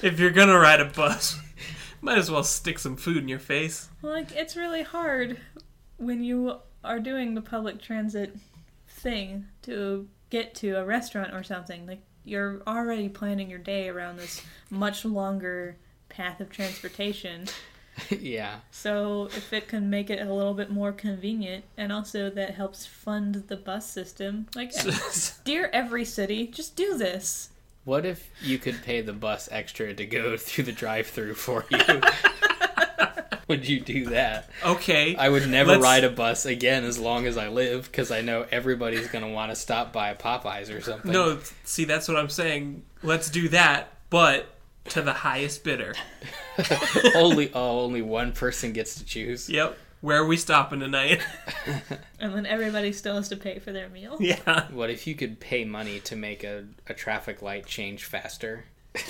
Speaker 1: If you're gonna ride a bus, might as well stick some food in your face.
Speaker 4: Like it's really hard when you are doing the public transit thing to get to a restaurant or something. Like you're already planning your day around this much longer path of transportation.
Speaker 3: yeah.
Speaker 4: So if it can make it a little bit more convenient and also that helps fund the bus system. Like dear every city, just do this.
Speaker 3: What if you could pay the bus extra to go through the drive-through for you? Would you do that?
Speaker 1: okay,
Speaker 3: I would never
Speaker 1: Let's-
Speaker 3: ride a bus again as long as I live because I know everybody's going to want to stop by a Popeyes or something.
Speaker 1: No, see, that's what I'm saying. Let's do that, but to the highest bidder.
Speaker 3: only oh, only one person gets to choose.
Speaker 1: Yep. Where are we stopping tonight?
Speaker 4: And then everybody still has to pay for their meal.
Speaker 1: yeah.
Speaker 3: What if you could pay money to make a, a traffic light change faster?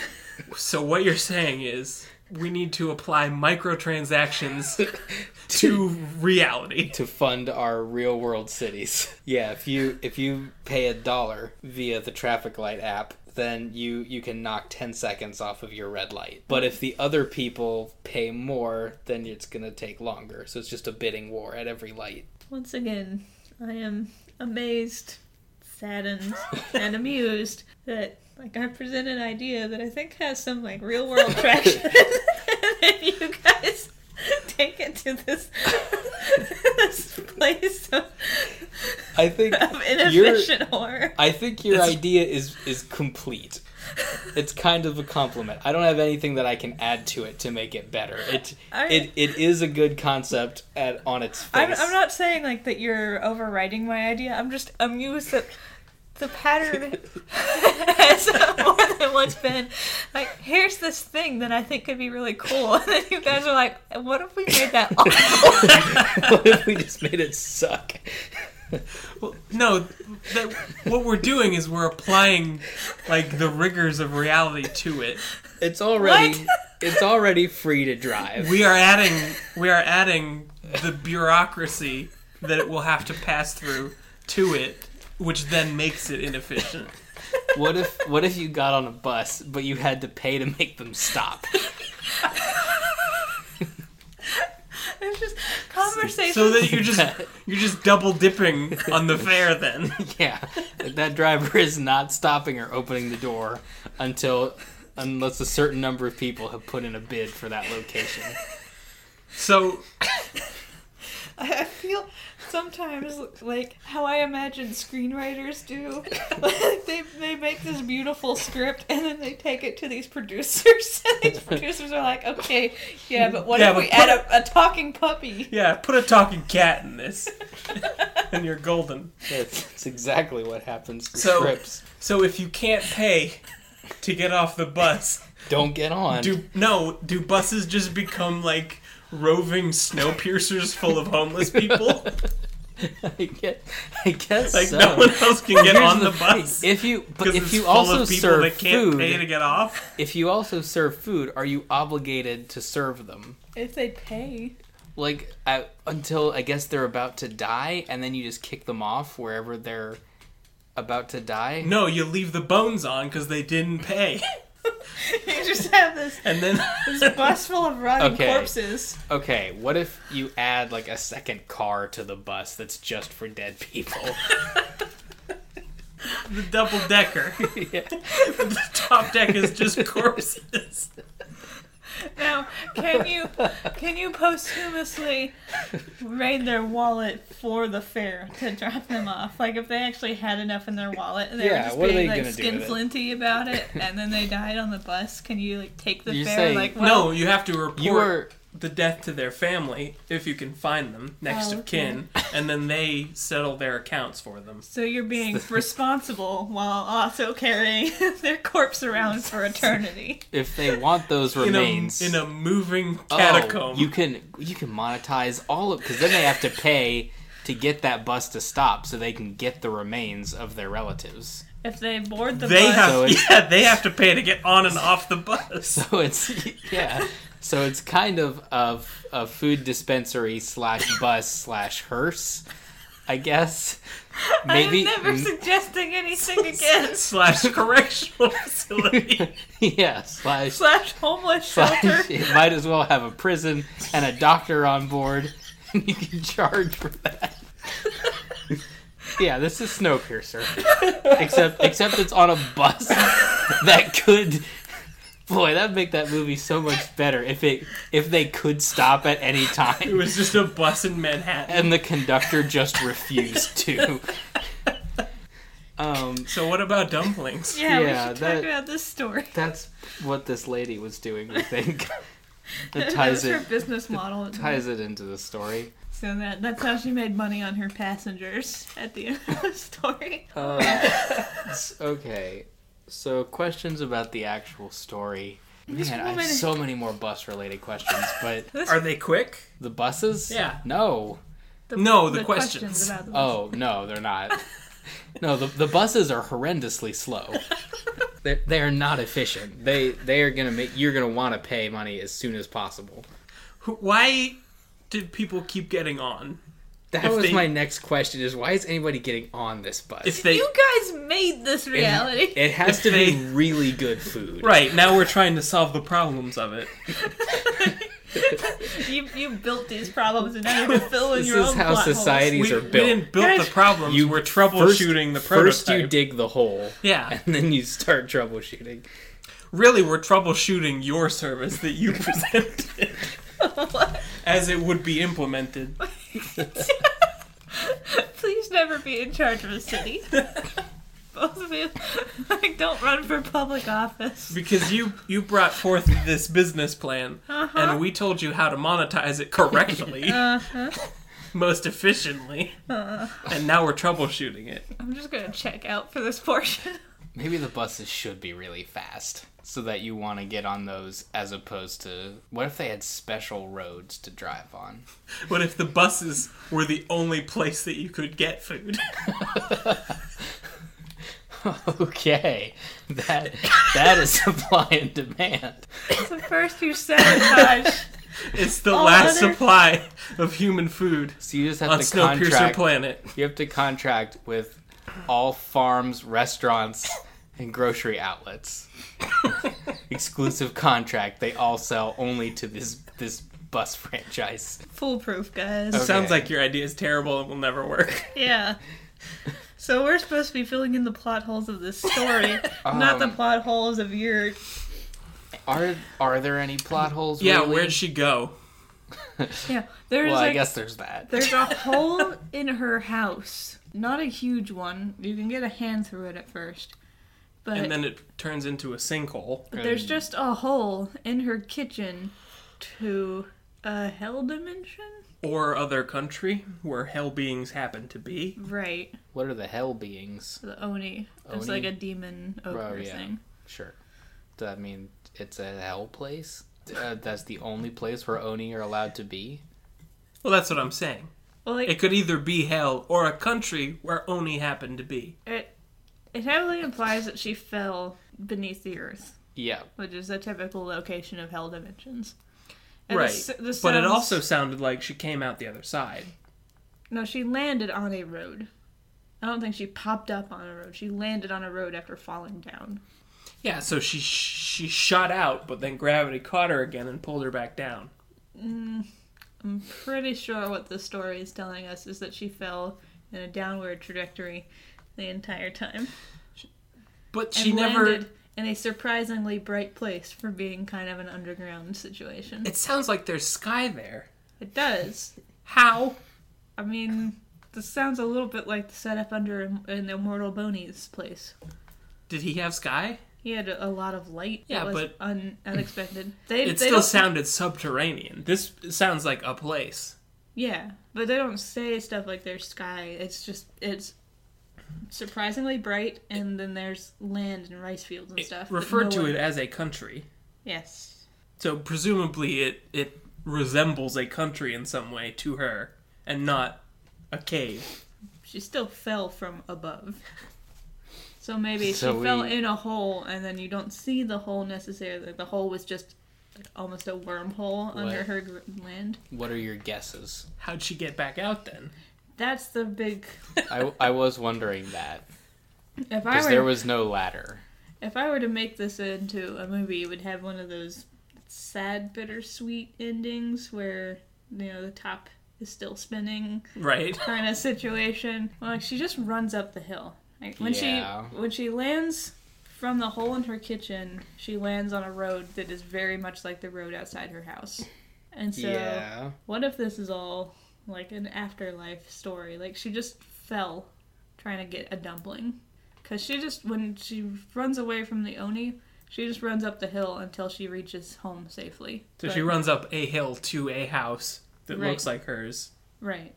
Speaker 1: So what you're saying is we need to apply microtransactions to reality.
Speaker 3: to fund our real world cities. Yeah, if you if you pay a dollar via the traffic light app, then you you can knock 10 seconds off of your red light. But if the other people pay more, then it's going to take longer. So it's just a bidding war at every light.
Speaker 4: Once again, I am amazed, saddened, and amused that like I present an idea that I think has some like real world traction, and you guys take it to this this place of,
Speaker 3: I think
Speaker 4: of
Speaker 3: your
Speaker 4: inefficient horror.
Speaker 3: I think your idea is is complete. it's kind of a compliment. I don't have anything that I can add to it to make it better. It
Speaker 4: I-
Speaker 3: it, it is a good concept at on its face.
Speaker 4: I'm, I'm not saying like that you're overriding my idea. I'm just amused that the pattern has more than once been like, here's this thing that I think could be really cool, and then you guys are like, what if we made that awful?
Speaker 3: what if we just made it suck?
Speaker 1: Well, no, that, what we're doing is we're applying like the rigors of reality to it.
Speaker 3: It's already
Speaker 4: What?
Speaker 3: it's already free to drive.
Speaker 1: We are adding we are adding the bureaucracy that it will have to pass through to it, which then makes it inefficient.
Speaker 3: What if what if you got on a bus but you had to pay to make them stop?
Speaker 4: it's just conversation.
Speaker 1: So that you're just you're just double dipping on the fare then.
Speaker 3: Yeah, like that driver is not stopping or opening the door until unless a certain number of people have put in a bid for that location.
Speaker 1: So
Speaker 4: I I feel sometimes like how I imagine screenwriters do. like they they make this beautiful script and then they take it to these producers, and these producers are like, okay, yeah, but what
Speaker 1: Yeah,
Speaker 4: if
Speaker 1: but
Speaker 4: we
Speaker 1: put
Speaker 4: add a, a talking puppy?
Speaker 1: yeah, put a talking cat in this, and you're golden.
Speaker 3: That's, that's exactly what happens to
Speaker 1: So-
Speaker 3: scripts.
Speaker 1: So if you can't pay to get off the bus,
Speaker 3: Don't get on.
Speaker 1: Do no? Do buses just become like roving snow piercers full of homeless people?
Speaker 3: I guess, I guess
Speaker 1: Like
Speaker 3: so.
Speaker 1: no one else can get
Speaker 3: Here's
Speaker 1: on
Speaker 3: the
Speaker 1: the, bus.
Speaker 3: thing, If you but
Speaker 1: 'cause
Speaker 3: if
Speaker 1: it's
Speaker 3: you
Speaker 1: full
Speaker 3: also
Speaker 1: of people
Speaker 3: serve
Speaker 1: that can't pay to
Speaker 3: food,
Speaker 1: get off,
Speaker 3: if you also serve food, are you obligated to serve them?
Speaker 4: If they pay,
Speaker 3: Like I, until I guess they're about to die, and then you just kick them off wherever they're about to die.
Speaker 1: no, you leave the bones on because they didn't pay,
Speaker 4: you just have this
Speaker 1: and then
Speaker 4: bus full of rotting
Speaker 3: Okay.
Speaker 4: corpses.
Speaker 3: Okay, what if you add like a second car to the bus that's just for dead people?
Speaker 1: the double decker,
Speaker 3: Yeah.
Speaker 1: the top deck is just corpses.
Speaker 4: Now, can you can you posthumously raid their wallet for the fare to drop them off? Like if they actually had enough in their wallet and they
Speaker 3: Yeah,
Speaker 4: were just
Speaker 3: what are
Speaker 4: being
Speaker 3: they
Speaker 4: like
Speaker 3: gonna do with it?
Speaker 4: skinflinty about it, and then they died on the bus, can you like take the
Speaker 3: You're
Speaker 4: fare?
Speaker 3: saying-
Speaker 4: like well,
Speaker 1: No, you have to report
Speaker 3: You are
Speaker 1: the death to their family if you can find them next
Speaker 4: Oh,
Speaker 1: of kin, and then they settle their accounts for them.
Speaker 4: So you're being responsible while also carrying their corpse around for eternity.
Speaker 3: if they want those
Speaker 1: in
Speaker 3: remains
Speaker 1: a in a moving
Speaker 3: oh,
Speaker 1: catacomb.
Speaker 3: you can you can monetize all of because then they have to pay to get that bus to stop so they can get the remains of their relatives.
Speaker 4: If they board the
Speaker 1: they
Speaker 4: bus,
Speaker 1: have
Speaker 3: So it's-
Speaker 1: yeah, they have to pay to get on and off the bus.
Speaker 3: So it's yeah. So it's kind of of a food dispensary slash bus slash hearse, I guess. Maybe
Speaker 4: I'm never suggesting anything again.
Speaker 1: Slash correctional facility.
Speaker 3: yeah slash
Speaker 4: Slash homeless shelter.
Speaker 3: But it might as well have a prison and a doctor on board, and you can charge for that. yeah, this is Snowpiercer, except except it's on a bus that could. Boy, that'd make that movie so much better if it if they could stop at any
Speaker 1: It
Speaker 3: time
Speaker 1: was just a bus in Manhattan.
Speaker 3: and the conductor just refused to. Um,
Speaker 1: So what about dumplings?
Speaker 3: Yeah,
Speaker 4: Yeah, we should
Speaker 3: that-
Speaker 4: talk about this story.
Speaker 3: that's what this lady was doing. We think that
Speaker 4: That
Speaker 3: ties
Speaker 4: was her
Speaker 3: it
Speaker 4: business model.
Speaker 3: ties it into the story.
Speaker 4: So that that's how she made money on her passengers at the end of the story.
Speaker 3: Uh, s- okay, so questions about the actual story.
Speaker 4: This
Speaker 3: Man, I have
Speaker 4: woman-
Speaker 3: so many more bus-related questions, but
Speaker 1: Are they quick?
Speaker 3: the buses?
Speaker 1: Yeah.
Speaker 3: No.
Speaker 4: The,
Speaker 1: No, the questions.
Speaker 4: about the
Speaker 3: Oh no, they're not. No, the, the buses are horrendously slow. They they are not efficient. They they are gonna make you're gonna want to pay money as soon as possible.
Speaker 1: Who- Why did people keep getting on?
Speaker 3: That
Speaker 1: If
Speaker 3: was
Speaker 1: they-
Speaker 3: my next question: Is why is anybody getting on this bus?
Speaker 1: If they
Speaker 4: you guys made this reality.
Speaker 3: it has
Speaker 1: if
Speaker 3: to be
Speaker 1: they-
Speaker 3: really good food.
Speaker 1: Right, now we're trying to solve the problems of it.
Speaker 4: you you built these problems and now you're fulfilling
Speaker 3: This
Speaker 4: your
Speaker 3: is
Speaker 4: own
Speaker 3: how
Speaker 4: plot
Speaker 1: We,
Speaker 4: holes.
Speaker 3: societies
Speaker 1: we
Speaker 3: are built.
Speaker 1: didn't build the
Speaker 4: Guys,
Speaker 1: problems,
Speaker 3: You-
Speaker 1: we're troubleshooting the prototype.
Speaker 3: First, you dig the hole,
Speaker 1: yeah.
Speaker 3: and then you start troubleshooting.
Speaker 1: Really, we're troubleshooting your service that you presented as it would be implemented.
Speaker 4: Please never be in charge of a city. Both of you, like, don't run for public office.
Speaker 1: Because you you brought forth this business plan, and we told you how to monetize it correctly, most efficiently, and now we're troubleshooting it.
Speaker 4: I'm just gonna check out for this portion.
Speaker 3: Maybe the buses should be really fast so that you want to get on those as opposed to what if they had special roads to drive on?
Speaker 1: What if the buses were the only place that you could get food?
Speaker 3: Okay. That that is supply and demand.
Speaker 4: So first you sabotage.
Speaker 1: It's the
Speaker 4: All
Speaker 1: last
Speaker 4: other-
Speaker 1: supply of human food
Speaker 3: So you just have
Speaker 1: on
Speaker 3: to
Speaker 1: Snowpiercer
Speaker 3: contract
Speaker 1: Planet.
Speaker 3: you have to contract with all farms, restaurants, and grocery outlets. Exclusive contract. They all sell only to this this bus franchise.
Speaker 4: Foolproof, guys.
Speaker 3: Okay.
Speaker 1: Sounds like your idea is terrible and will never work.
Speaker 4: Yeah. So we're supposed to be filling in the plot holes of this story, not the
Speaker 3: Um,
Speaker 4: plot holes of your.
Speaker 3: Are are there any plot holes?
Speaker 1: Yeah,
Speaker 3: really?
Speaker 1: where'd she go?
Speaker 4: Yeah, there's
Speaker 3: Well,
Speaker 4: like,
Speaker 3: I guess there's that.
Speaker 4: there's a hole in her house. Not a huge one. You can get a hand through it at first, but
Speaker 1: And then it turns into a sinkhole.
Speaker 4: there's just a hole in her kitchen to a hell dimension.
Speaker 1: Or other country where hell beings happen to be.
Speaker 4: Right,
Speaker 3: What are the hell beings?
Speaker 4: the Oni.
Speaker 3: Oni?
Speaker 4: It's like a demon ogre
Speaker 3: yeah.
Speaker 4: thing.
Speaker 3: Sure. Does that mean it's a hell place? Uh, that's the only place where Oni are allowed to be.
Speaker 1: Well, that's what I'm saying.
Speaker 4: Well, like,
Speaker 1: It could either be hell or a country where Oni happened to be.
Speaker 4: It it heavily implies that she fell beneath the earth,
Speaker 3: Yeah,
Speaker 4: which is a typical location of hell dimensions. And
Speaker 1: right.
Speaker 4: s-
Speaker 1: but it
Speaker 4: sounds-
Speaker 1: also sounded like she came out the other side.
Speaker 4: no, she landed on a road. I don't think she popped up on a road. She landed on a road after falling down.
Speaker 1: Yeah, so she she shot out, but then gravity caught her again and pulled her back down.
Speaker 4: I'm pretty sure what the story is telling us is that she fell in a downward trajectory the entire time.
Speaker 1: But
Speaker 4: And
Speaker 1: she never.
Speaker 4: landed in a surprisingly bright place for being kind of an underground situation.
Speaker 1: It sounds like there's sky there.
Speaker 4: It does.
Speaker 1: How?
Speaker 4: I mean, this sounds a little bit like the setup under in- in the Immortal Bonies place.
Speaker 1: Did he have sky?
Speaker 4: He had a a lot of light.
Speaker 1: Yeah,
Speaker 4: that was
Speaker 1: but-
Speaker 4: un- unexpected. They,
Speaker 1: It
Speaker 4: they
Speaker 1: still
Speaker 4: don't-
Speaker 1: sounded subterranean. This sounds like a place.
Speaker 4: Yeah, but they don't say stuff like there's sky. It's just it's surprisingly bright, and then there's land and rice fields and
Speaker 1: It
Speaker 4: stuff. that
Speaker 1: referred
Speaker 4: no
Speaker 1: to
Speaker 4: one-
Speaker 1: it as a country.
Speaker 4: Yes.
Speaker 1: So presumably it it resembles a country in some way to her and not a cave.
Speaker 4: She still fell from above. So maybe
Speaker 3: So
Speaker 4: she fell
Speaker 3: we-
Speaker 4: in a hole, and then you don't see the hole necessarily. The hole was just like, almost a wormhole under
Speaker 3: What?
Speaker 4: her gr- land.
Speaker 3: What are your guesses?
Speaker 1: How'd she get back out then?
Speaker 4: That's the big.
Speaker 3: I, I was wondering that
Speaker 4: If I
Speaker 3: because
Speaker 4: were
Speaker 3: there was no ladder.
Speaker 4: if I were to make this into a movie, it would have one of those sad, bittersweet endings where you know the top is still spinning
Speaker 1: Right.
Speaker 4: kind of situation. Like she just runs up the hill. Like, when
Speaker 3: Yeah.
Speaker 4: she when she lands from the hole in her kitchen, she lands on a road that is very much like the road outside her house. And so, what if this is all like an afterlife story? Like she just fell trying to get a dumpling. Cause she just when she runs away from the Oni, she just runs up the hill until she reaches home safely.
Speaker 1: So she
Speaker 4: But-
Speaker 1: runs up a hill to a house that
Speaker 4: Right.
Speaker 1: looks like hers.
Speaker 4: right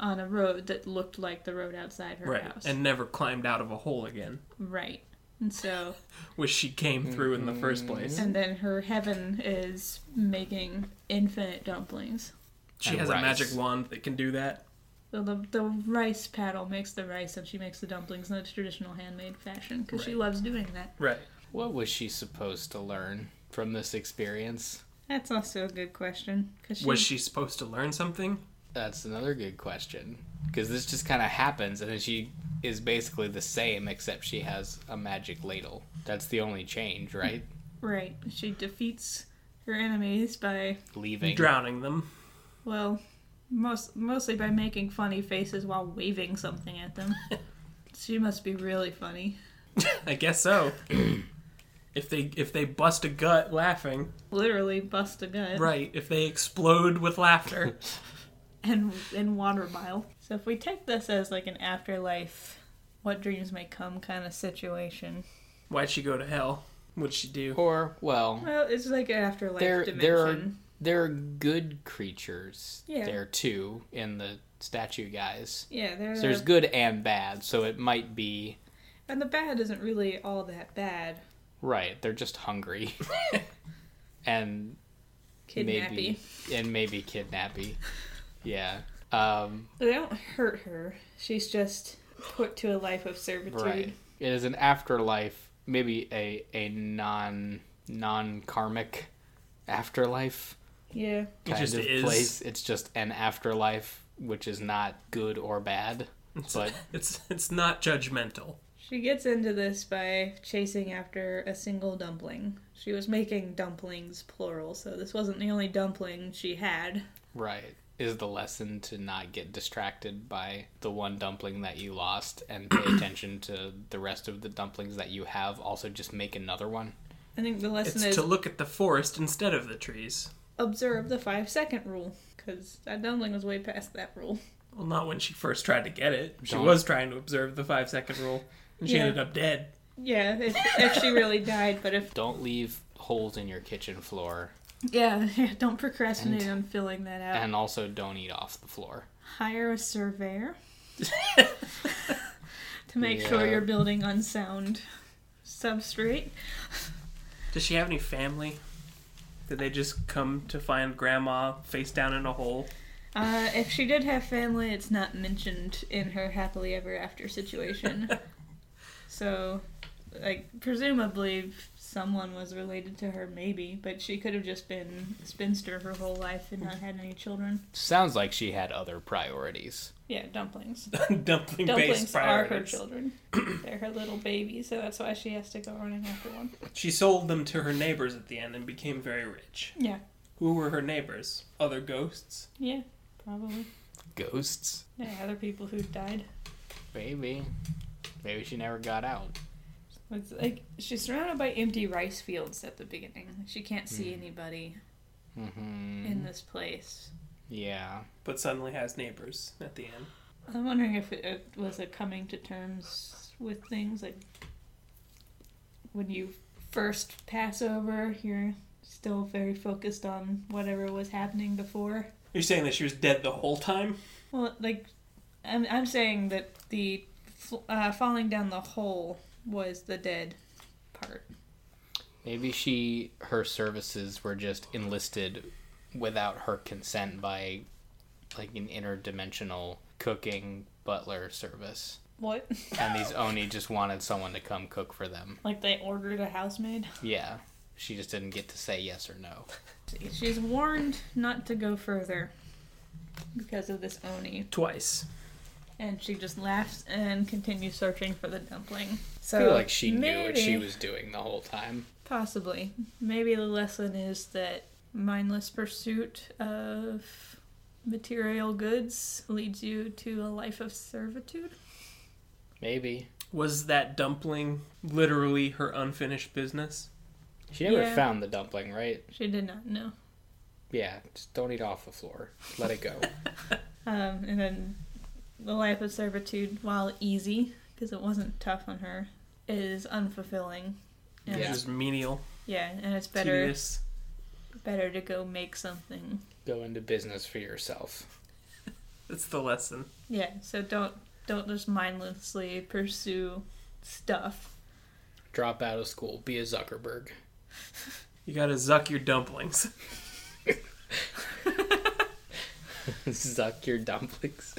Speaker 4: on a road that looked like the road outside her
Speaker 1: Right.
Speaker 4: house.
Speaker 1: And never climbed out of a hole again,
Speaker 4: right. And so,
Speaker 1: which she came through in the first place.
Speaker 4: and then her heaven is making infinite dumplings.
Speaker 1: She
Speaker 3: And
Speaker 1: has
Speaker 3: rice.
Speaker 1: a magic wand that can do that.
Speaker 4: So the, the rice paddle makes the rice, and she makes the dumplings in the traditional handmade fashion because she
Speaker 1: Right.
Speaker 4: loves doing that.
Speaker 1: Right.
Speaker 3: What was she supposed to learn from this experience?
Speaker 4: That's also a good question. Cause she,
Speaker 1: Was she supposed to learn something?
Speaker 3: That's another good question. Because this just kind of happens, and then she is basically the same, except she has a magic ladle. That's the only change, right?
Speaker 4: right? She defeats her enemies by
Speaker 3: Leaving.
Speaker 1: Drowning them.
Speaker 4: well, most mostly by making funny faces while waving something at them. she must be really funny.
Speaker 1: I guess so. if they if they bust a gut laughing,
Speaker 4: Literally bust a gut
Speaker 1: right? If they explode with laughter,
Speaker 4: and and water bile. So if we take this as like an afterlife what dreams may come kind of situation.
Speaker 1: Why'd she go to hell? What'd she do?
Speaker 3: Or well,
Speaker 4: Well, it's like an afterlife
Speaker 3: there
Speaker 4: dimension.
Speaker 3: there are there are good creatures
Speaker 4: Yeah.
Speaker 3: there too in the statue guys.
Speaker 4: yeah, there
Speaker 3: So there's
Speaker 4: are-
Speaker 3: good and bad, so it might be
Speaker 4: and the bad isn't really all that bad.
Speaker 3: right. They're just hungry, and
Speaker 4: Kidnappy.
Speaker 3: maybe and maybe kidnappy. Yeah. Um,
Speaker 4: They don't hurt her. She's just put to a life of servitude.
Speaker 3: right. It is an afterlife, maybe a a non non karmic afterlife
Speaker 4: Yeah.
Speaker 1: It just is.
Speaker 3: place. It's just an afterlife which is not good or bad. But
Speaker 1: It's it's not judgmental.
Speaker 4: She gets into this by chasing after a single dumpling. She was making dumplings plural, so this wasn't the only dumpling she had.
Speaker 3: right is the lesson to not get distracted by the one dumpling that you lost and pay attention to the rest of the dumplings that you have. Also, just make another one.
Speaker 4: I think the lesson
Speaker 1: It's
Speaker 4: is
Speaker 1: to look at the forest instead of the trees.
Speaker 4: observe the five second rule, because that dumpling was way past that rule.
Speaker 1: Well, not when she first tried to get it. She
Speaker 3: Don't-
Speaker 1: was trying to observe the five second rule, and she
Speaker 4: Yeah.
Speaker 1: ended up dead.
Speaker 4: Yeah, if, if she really died, but if.
Speaker 3: Don't leave holes in your kitchen floor,
Speaker 4: Yeah, don't procrastinate
Speaker 3: And-
Speaker 4: on filling that out.
Speaker 3: and also don't eat off the floor.
Speaker 4: Hire a surveyor to make sure
Speaker 3: Yeah.
Speaker 4: you're building on sound substrate.
Speaker 1: Does she have any family? Did they just come to find grandma face down in a hole?
Speaker 4: Uh, if she did have family, it's not mentioned in her happily ever after situation. so, like, presumably someone was related to her, maybe, but she could have just been a spinster her whole life and not had any children.
Speaker 3: Sounds like she had other priorities.
Speaker 4: Yeah, dumplings.
Speaker 1: Dumpling based
Speaker 4: Dumplings are her
Speaker 1: priorities.
Speaker 4: children. They're her little baby, so that's why she has to go running after one.
Speaker 1: She sold them to her neighbors at the end and became very rich.
Speaker 4: Yeah,
Speaker 1: Who were her neighbors? Other ghosts?
Speaker 4: yeah, probably.
Speaker 3: Ghosts?
Speaker 4: Yeah, other people who died.
Speaker 3: Maybe. Maybe she never got out.
Speaker 4: It's like she's surrounded by empty rice fields at the beginning. She can't see anybody
Speaker 3: hmm
Speaker 4: in this place.
Speaker 3: Yeah.
Speaker 1: But suddenly has neighbors at the end.
Speaker 4: I'm wondering if it, it was a coming to terms with things like when you first pass over, you're still very focused on whatever was happening before.
Speaker 1: You're saying that she was dead the whole time?
Speaker 4: Well, like I'm, I'm saying that the fl- uh, falling down the hole was the dead part.
Speaker 3: Maybe she her services were just enlisted without her consent by like an interdimensional cooking butler service.
Speaker 4: What?
Speaker 3: And these Oni just wanted someone to come cook for them.
Speaker 4: like they ordered a housemaid.
Speaker 3: Yeah. She just didn't get to say yes or no.
Speaker 4: She's warned not to go further because of this Oni,
Speaker 1: Twice.
Speaker 4: and she just laughs and continues searching for the dumpling. So
Speaker 3: I feel like she knew what she
Speaker 4: maybe-
Speaker 3: was doing the whole time.
Speaker 4: possibly. Maybe the lesson is that mindless pursuit of material goods leads you to a life of servitude.
Speaker 3: Maybe.
Speaker 1: Was that dumpling literally her unfinished business?
Speaker 3: She never
Speaker 4: Yeah.
Speaker 3: found the dumpling, right?
Speaker 4: She did not know.
Speaker 3: Yeah, just don't eat off the floor. Let it go.
Speaker 4: Um, and then the life of servitude, while easy, because it wasn't tough on her, is unfulfilling. And
Speaker 1: It
Speaker 4: it's-
Speaker 1: was menial,
Speaker 4: yeah, and it's better
Speaker 1: tedious.
Speaker 4: better to go make something.
Speaker 3: go into business for yourself.
Speaker 1: That's the lesson.
Speaker 4: Yeah, so don't don't just mindlessly pursue stuff.
Speaker 3: Drop out of school. Be a Zuckerberg.
Speaker 1: You gotta zuck your dumplings.
Speaker 3: Zuck your dumplings.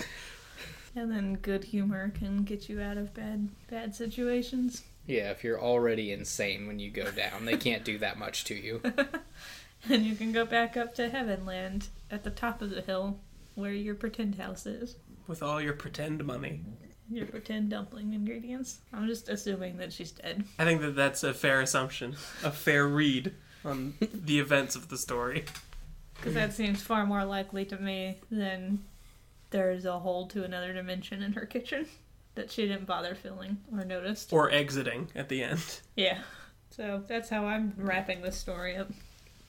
Speaker 4: And then good humor can get you out of bad bad situations.
Speaker 3: Yeah, if you're already insane when you go down, they can't do that much to you.
Speaker 4: And you can go back up to Heavenland at the top of the hill where your pretend house is.
Speaker 1: With all your pretend money.
Speaker 4: Your pretend dumpling ingredients. I'm just assuming that she's dead.
Speaker 1: I think that that's a fair assumption, a fair read on the events of the story.
Speaker 4: Because that seems far more likely to me than there's a hole to another dimension in her kitchen that she didn't bother filling or noticed.
Speaker 1: Or exiting at the end.
Speaker 4: Yeah. So that's how I'm wrapping this story up.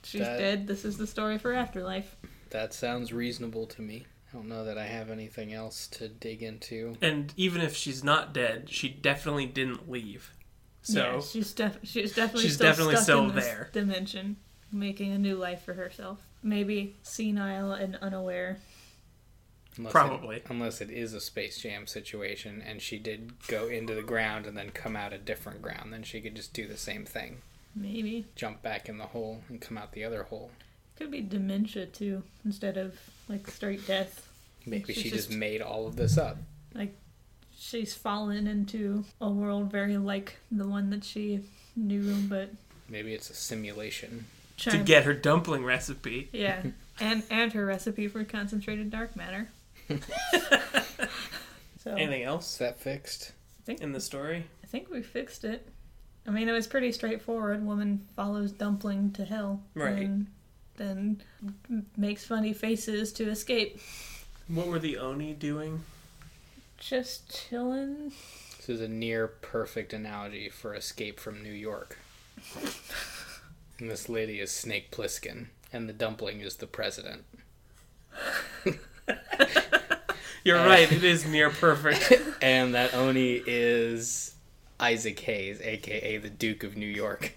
Speaker 4: She's
Speaker 3: That-
Speaker 4: dead. This is the story for afterlife.
Speaker 3: That sounds reasonable to me. don't know that I have anything else to dig into.
Speaker 1: And even if she's not dead, she definitely didn't leave. So
Speaker 4: yeah, she's def- she's definitely
Speaker 1: She's
Speaker 4: still
Speaker 1: definitely
Speaker 4: stuck
Speaker 1: still
Speaker 4: in this
Speaker 1: there.
Speaker 4: dimension, making a new life for herself. Maybe senile and unaware.
Speaker 3: Unless it-
Speaker 1: Probably.
Speaker 3: unless it is a Space Jam situation and she did go into the ground and then come out a different ground, then she could just do the same thing.
Speaker 4: Maybe
Speaker 3: Jump back in the hole and come out the other hole.
Speaker 4: could be dementia too, instead of like straight death.
Speaker 3: Maybe
Speaker 4: She's
Speaker 3: she just
Speaker 4: just-
Speaker 3: made all of this up.
Speaker 4: She's fallen into a world very like the one that she knew, but
Speaker 3: Maybe it's a simulation.
Speaker 1: to
Speaker 4: China-
Speaker 1: get her dumpling recipe,
Speaker 4: yeah, and and her recipe for concentrated dark matter. so
Speaker 1: anything
Speaker 3: Is
Speaker 1: else
Speaker 3: that fixed?
Speaker 1: in the story?
Speaker 4: I think we fixed it. I mean, it was pretty straightforward. Woman follows Dumpling to hell.
Speaker 1: Right.
Speaker 4: And then makes funny faces to escape.
Speaker 1: What were the Oni doing?
Speaker 4: Just chillin'.
Speaker 3: This is a near perfect analogy for Escape from New York. and this lady is Snake Plissken, and the dumpling is the president.
Speaker 1: You're
Speaker 3: Uh,
Speaker 1: right. It is near perfect.
Speaker 3: And that Oni is Isaac Hayes, aka the Duke of New York,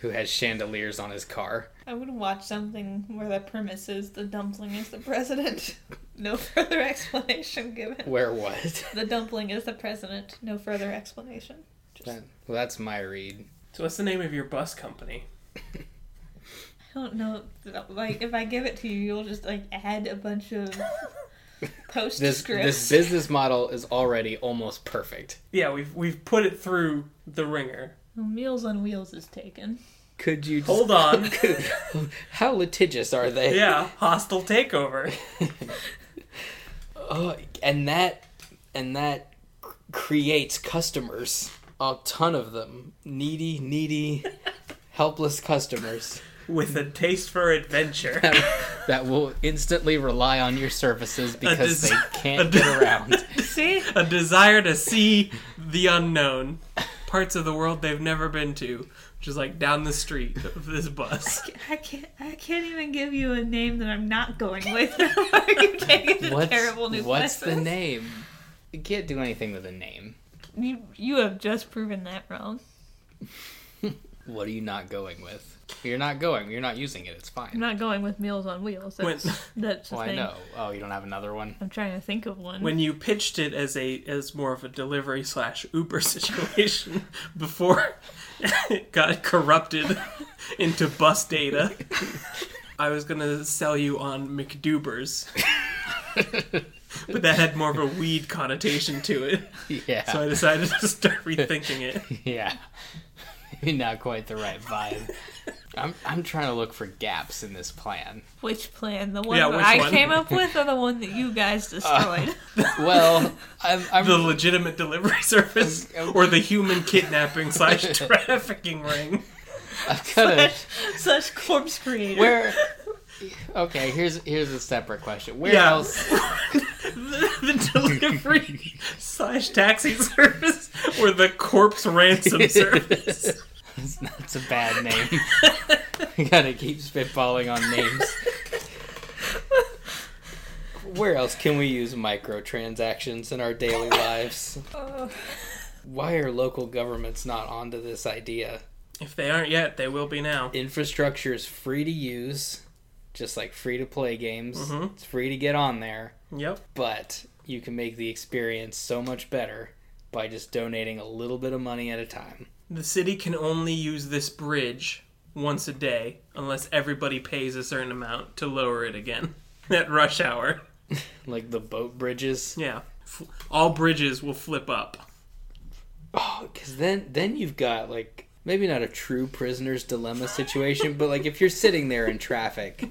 Speaker 3: who has chandeliers on his car.
Speaker 4: I would watch something where the premise is the Dumpling is the president. No further explanation given.
Speaker 3: Where what?
Speaker 4: The Dumpling is the president. No further explanation. Just,
Speaker 3: That- well, that's my read.
Speaker 1: So what's the name of your bus company?
Speaker 4: I don't know. Like, if I give it to you, you'll just, like, add a bunch of postscripts.
Speaker 3: This this business model is already almost perfect.
Speaker 1: Yeah, we've we've put it through the ringer.
Speaker 4: Well, Meals on Wheels is taken.
Speaker 3: Could you just,
Speaker 1: Hold on.
Speaker 3: How litigious are they?
Speaker 1: Yeah, hostile takeover.
Speaker 3: Oh, and that and that c- creates customers, a ton of them, needy, needy, helpless customers
Speaker 1: with a taste for adventure.
Speaker 3: that will instantly rely on your services because
Speaker 1: dis-
Speaker 3: they
Speaker 1: a
Speaker 3: can't
Speaker 1: dis-
Speaker 3: get around.
Speaker 4: See?
Speaker 1: a desire to see the unknown, parts of the world they've never been to, which is like down the street of this bus.
Speaker 4: I can't. I can't even give you a name that I'm not going with. Are you taking a
Speaker 3: What's,
Speaker 4: terrible new
Speaker 3: what's the
Speaker 4: places?
Speaker 3: name? You can't do anything with a name.
Speaker 4: You, you have just proven that wrong.
Speaker 3: What are you not going with? You're not going. You're not using it. It's
Speaker 4: I'm
Speaker 3: fine.
Speaker 4: not going with Meals on Wheels. That's,
Speaker 1: When-
Speaker 4: that's the
Speaker 3: Well, I
Speaker 4: thing.
Speaker 3: know. Oh, you don't have another one.
Speaker 4: am trying to think of one.
Speaker 1: When you pitched it as a as more of a delivery slash Uber situation before it got corrupted into bus data, I was gonna sell you on McDubers. But that had more of a weed connotation to it.
Speaker 3: Yeah.
Speaker 1: So I decided to start rethinking it.
Speaker 3: Yeah. Maybe not quite the right vibe. I'm, I'm trying to look for gaps in this plan.
Speaker 4: which plan? The one
Speaker 1: Yeah,
Speaker 4: that
Speaker 1: which
Speaker 4: I
Speaker 1: one?
Speaker 4: came up with, or the one that you guys
Speaker 3: Uh,
Speaker 4: destroyed?
Speaker 3: Well, I'm, I'm
Speaker 1: the legitimate delivery service or the human kidnapping slash trafficking ring.
Speaker 3: gonna,
Speaker 4: Such corpse creator.
Speaker 3: uh, where. Okay, here's here's a separate question. Where
Speaker 1: Yeah.
Speaker 3: else?
Speaker 1: The, the delivery slash taxi service or the corpse ransom service.
Speaker 3: It's not it's a bad name. We gotta keep spitballing on names. Where else can we use microtransactions in our daily lives?
Speaker 4: Oh,
Speaker 3: Why are local governments not onto this idea?
Speaker 1: If they aren't yet, they will be now.
Speaker 3: infrastructure is free to use, just like free to play games. It's free to get on there,
Speaker 1: Yep.
Speaker 3: but you can make the experience so much better by just donating a little bit of money at a time.
Speaker 1: The city can only use this bridge once a day unless everybody pays a certain amount to lower it again at rush hour.
Speaker 3: Like the boat bridges.
Speaker 1: Yeah. F- All bridges will flip up.
Speaker 3: Oh, cuz then then you've got like maybe not a true prisoner's dilemma situation, but like if you're sitting there in traffic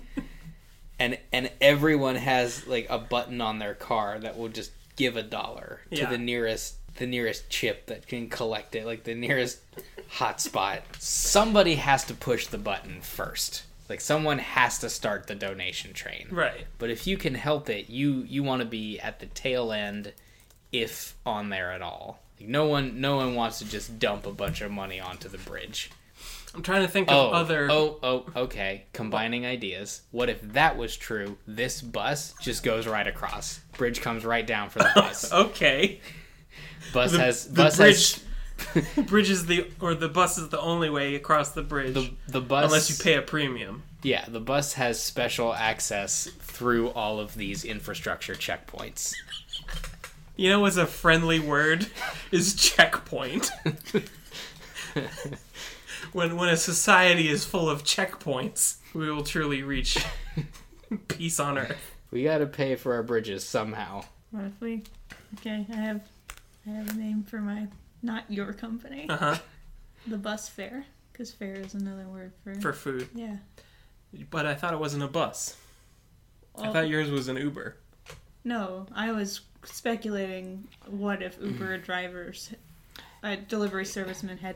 Speaker 3: and and everyone has like a button on their car that will just give a dollar
Speaker 1: Yeah.
Speaker 3: to the nearest the nearest chip that can collect it, like the nearest hotspot. Somebody has to push the button first. Like someone has to start the donation train
Speaker 1: Right.
Speaker 3: but if you can help it you you want to be at the tail end if on there at all like no one no one wants to just dump a bunch of money onto the bridge
Speaker 1: I'm trying to think
Speaker 3: Oh,
Speaker 1: of other.
Speaker 3: oh, oh, okay. Combining ideas. What if that was true? This bus just goes right across. Bridge comes right down for the bus.
Speaker 1: okay.
Speaker 3: Bus
Speaker 1: The,
Speaker 3: has
Speaker 1: the
Speaker 3: bus
Speaker 1: bridge.
Speaker 3: has
Speaker 1: bridge is the or the bus is the only way across the bridge
Speaker 3: the the bus
Speaker 1: unless you pay a premium.
Speaker 3: Yeah, the bus has special access through all of these infrastructure checkpoints.
Speaker 1: You know what's a friendly word is checkpoint. when when a society is full of checkpoints, we will truly reach peace on earth.
Speaker 3: We got to pay for our bridges somehow.
Speaker 4: What if we? Okay, I have, I have a name for my not your company,
Speaker 1: Uh-huh.
Speaker 4: the bus fare, because fare is another word for.
Speaker 1: For food.
Speaker 4: yeah.
Speaker 1: But I thought it wasn't a bus. I
Speaker 4: Well,
Speaker 1: thought yours was an Uber.
Speaker 4: Oh, no, I was speculating. What if Uber drivers, uh, delivery servicemen had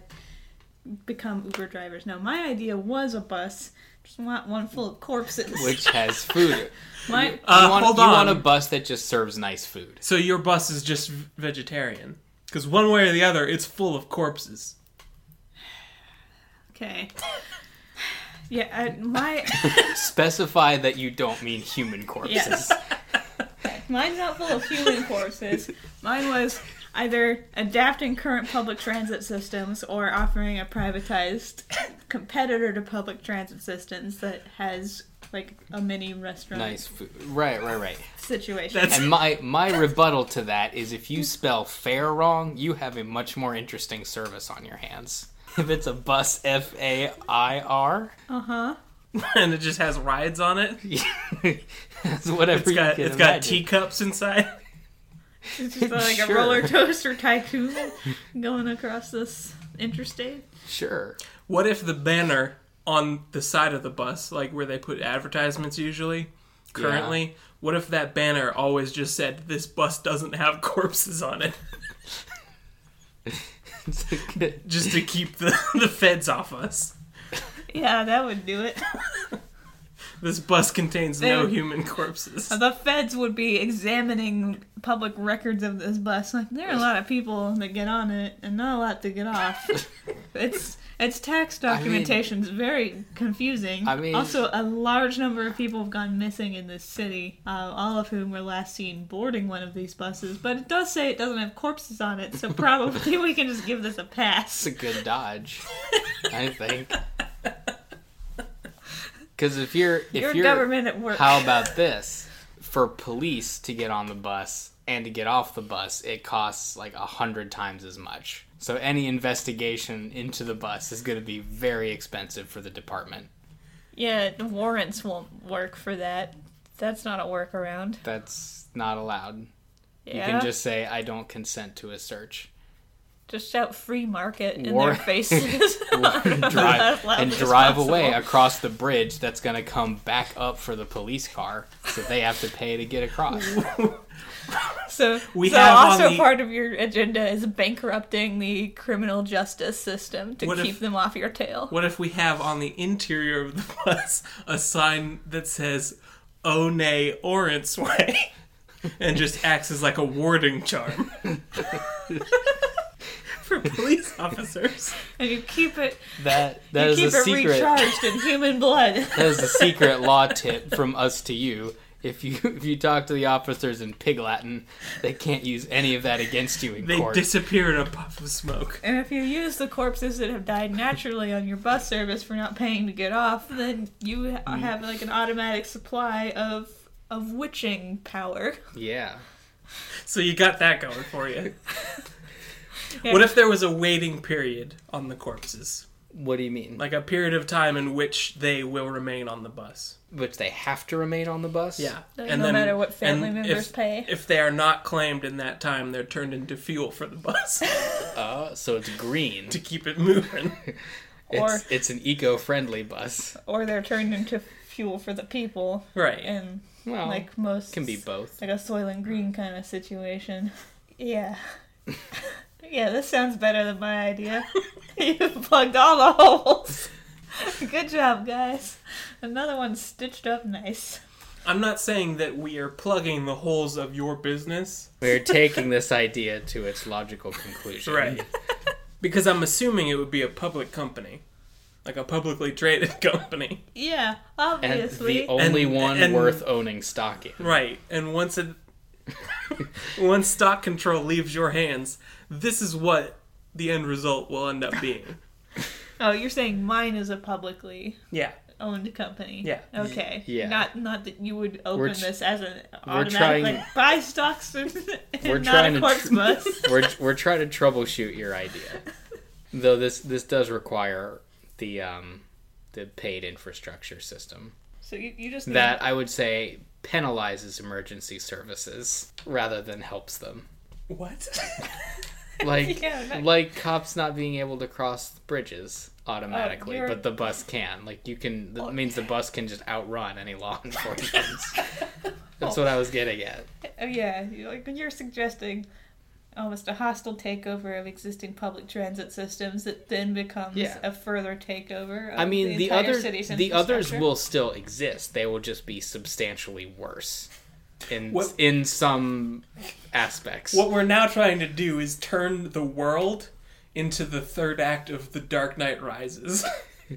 Speaker 4: become Uber drivers? No, my idea was a bus. Just want one full of corpses.
Speaker 3: Which has food.
Speaker 4: my
Speaker 1: Uh,
Speaker 3: you want,
Speaker 1: hold
Speaker 3: you
Speaker 1: on.
Speaker 3: want a bus that just serves nice food.
Speaker 1: so your bus is just v- vegetarian. Because one way or the other, it's full of corpses.
Speaker 4: okay. Yeah, I, my
Speaker 3: Specify that you don't mean human corpses.
Speaker 4: Yes. Mine's not full of human corpses. Mine was either adapting current public transit systems or offering a privatized competitor to public transit systems that has like a mini restaurant
Speaker 3: Nice food. Right, right, right.
Speaker 4: situation.
Speaker 1: That's-
Speaker 3: And my my rebuttal to that is if you spell fair wrong, you have a much more interesting service on your hands. If it's a bus F A I R,
Speaker 4: Uh huh.
Speaker 1: and it just has rides on it.
Speaker 3: that's whatever
Speaker 1: It's
Speaker 3: you
Speaker 1: got
Speaker 3: can
Speaker 1: it's got
Speaker 3: imagine.
Speaker 1: teacups inside.
Speaker 4: It's just like
Speaker 3: Sure.
Speaker 4: a roller coaster tycoon going across this interstate.
Speaker 3: Sure.
Speaker 1: What if the banner on the side of the bus, like where they put advertisements usually, currently, what if that banner always just said, This bus doesn't have corpses on it?
Speaker 3: It's a good-
Speaker 1: Just to keep the, the feds off us.
Speaker 4: Yeah, that would do it.
Speaker 1: This bus contains no
Speaker 4: They-
Speaker 1: human corpses.
Speaker 4: The feds would be examining public records of this bus. Like there are a lot of people that get on it and not a lot to get off. it's it's tax
Speaker 3: mean-
Speaker 4: documentation is very confusing.
Speaker 3: I mean-
Speaker 4: also a large number of people have gone missing in this city, uh, all of whom were last seen boarding one of these buses. But it does say it doesn't have corpses on it, so probably we can just give this a pass.
Speaker 3: it's a good dodge, I think. Because if you're if
Speaker 4: Your
Speaker 3: you're,
Speaker 4: government at work.
Speaker 3: how about this for police to get on the bus and to get off the bus, it costs like a hundred times as much. So any investigation into the bus is going to be very expensive for the department.
Speaker 4: Yeah, the warrants won't work for that. That's not a workaround.
Speaker 3: That's not allowed.
Speaker 4: Yeah.
Speaker 3: You can just say I don't consent to a search.
Speaker 4: Just shout free market in
Speaker 3: War-
Speaker 4: their faces.
Speaker 3: drive
Speaker 4: As loud
Speaker 3: and
Speaker 4: as
Speaker 3: drive
Speaker 4: possible.
Speaker 3: away across the bridge that's going to come back up for the police car so they have to pay to get across
Speaker 4: So,
Speaker 1: We
Speaker 4: so
Speaker 1: have on
Speaker 4: also
Speaker 1: the-
Speaker 4: part of your agenda is bankrupting the criminal justice system to
Speaker 1: What
Speaker 4: keep
Speaker 1: if-
Speaker 4: them off your tail.
Speaker 1: What if we have on the interior of the bus a sign that says One Orange Way and just acts as like a warding charm for police officers?
Speaker 4: And you keep it
Speaker 3: that that
Speaker 4: you
Speaker 3: is
Speaker 4: keep
Speaker 3: a
Speaker 4: it
Speaker 3: secret that
Speaker 4: recharged in human blood.
Speaker 3: is a secret law tip from us to you if you if you talk to the officers in pig latin they can't use any of that against you in
Speaker 1: They
Speaker 3: court
Speaker 1: disappear in a puff of smoke.
Speaker 4: and if you use the corpses that have died naturally on your bus service for not paying to get off, then you ha-
Speaker 1: Mm.
Speaker 4: have like an automatic supply of of witching power.
Speaker 3: yeah
Speaker 1: So you got that going for you. What if there was a waiting period on the corpses?
Speaker 3: what do you mean
Speaker 1: Like a period of time in which they will remain on the bus.
Speaker 3: which they have to remain on the bus
Speaker 1: Yeah.
Speaker 4: Like, no matter what family members
Speaker 1: if,
Speaker 4: pay.
Speaker 1: If they are not claimed in that time, they're turned into fuel for the bus
Speaker 3: uh, so it's green
Speaker 1: to keep it moving.
Speaker 3: it's, it's an eco-friendly bus
Speaker 4: Or they're turned into fuel for the people
Speaker 1: Right.
Speaker 4: and
Speaker 3: well
Speaker 4: like most
Speaker 3: can be both
Speaker 4: like a soil and green kind of situation. Yeah. yeah, this sounds better than my idea. you plugged all the holes. Good job, guys. Another one stitched up nice.
Speaker 1: I'm not saying that we are plugging the holes of your business.
Speaker 3: We're taking this idea to its logical conclusion.
Speaker 1: Right. because I'm assuming it would be a public company. like a publicly traded company.
Speaker 4: Yeah,
Speaker 3: and
Speaker 4: obviously.
Speaker 3: the only
Speaker 1: And-
Speaker 3: one
Speaker 1: and-
Speaker 3: worth owning stock in.
Speaker 1: Right. And once it once stock control leaves your hands, this is what the end result will end up being.
Speaker 4: oh, you're saying mine is a publicly
Speaker 1: Yeah.
Speaker 4: owned company.
Speaker 1: Yeah.
Speaker 4: Okay.
Speaker 3: yeah.
Speaker 4: Not not that you would open
Speaker 3: tr-
Speaker 4: this as an
Speaker 3: we're
Speaker 4: automatic
Speaker 3: trying-
Speaker 4: like buy stocks and, and
Speaker 3: We're
Speaker 4: not
Speaker 3: trying
Speaker 4: a
Speaker 3: to
Speaker 4: quartz
Speaker 3: tr-
Speaker 4: bus.
Speaker 3: We're we're trying to troubleshoot your idea, though this this does require the um the paid infrastructure system
Speaker 4: so you, you just need,
Speaker 3: that I would say penalizes emergency services rather than helps them.
Speaker 1: What?
Speaker 3: Like
Speaker 4: Yeah, that-
Speaker 3: like cops not being able to cross bridges automatically,
Speaker 4: you're-
Speaker 3: but the bus can. Like you can that means the bus can just outrun any law enforcement. That's what I was getting at.
Speaker 4: Oh yeah, you like you're suggesting almost a hostile takeover of existing public transit systems that then becomes
Speaker 3: Yeah.
Speaker 4: a further takeover. Of
Speaker 3: I mean, the,
Speaker 4: entire
Speaker 3: other
Speaker 4: city's
Speaker 3: the others
Speaker 4: infrastructure.
Speaker 3: will still exist. They will just be substantially worse in
Speaker 1: What-
Speaker 3: in some aspects.
Speaker 1: What we're now trying to do is turn the world into the third act of The Dark Knight Rises,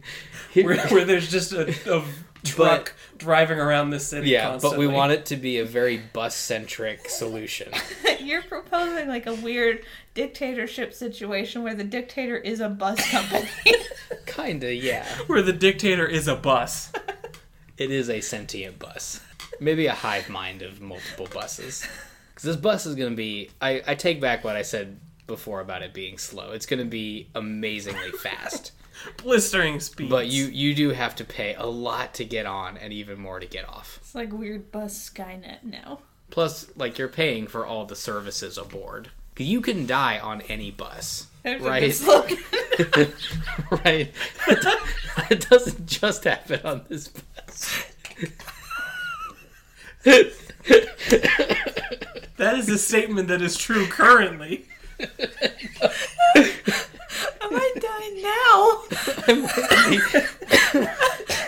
Speaker 1: where, where there's just a, a truck driving around the city.
Speaker 3: yeah,
Speaker 1: constantly.
Speaker 3: but we want it to be a very bus centric solution.
Speaker 4: You're proposing like a weird dictatorship situation where the dictator is a bus company.
Speaker 3: Kinda, yeah.
Speaker 1: where the dictator is a bus.
Speaker 3: It is a sentient bus. Maybe a hive mind of multiple buses. Because this bus is gonna be. I, I take back what I said before about it being slow. It's gonna be amazingly fast.
Speaker 1: blistering speed.
Speaker 3: But you you do have to pay a lot to get on and even more to get off.
Speaker 4: it's like weird bus Skynet now.
Speaker 3: Plus, like you're paying for all the services aboard. You can die on any bus,
Speaker 4: There's a
Speaker 3: Right.
Speaker 4: good slogan.
Speaker 3: right? it doesn't just happen on this bus.
Speaker 1: that is a statement that is true currently.
Speaker 4: Am I dying now?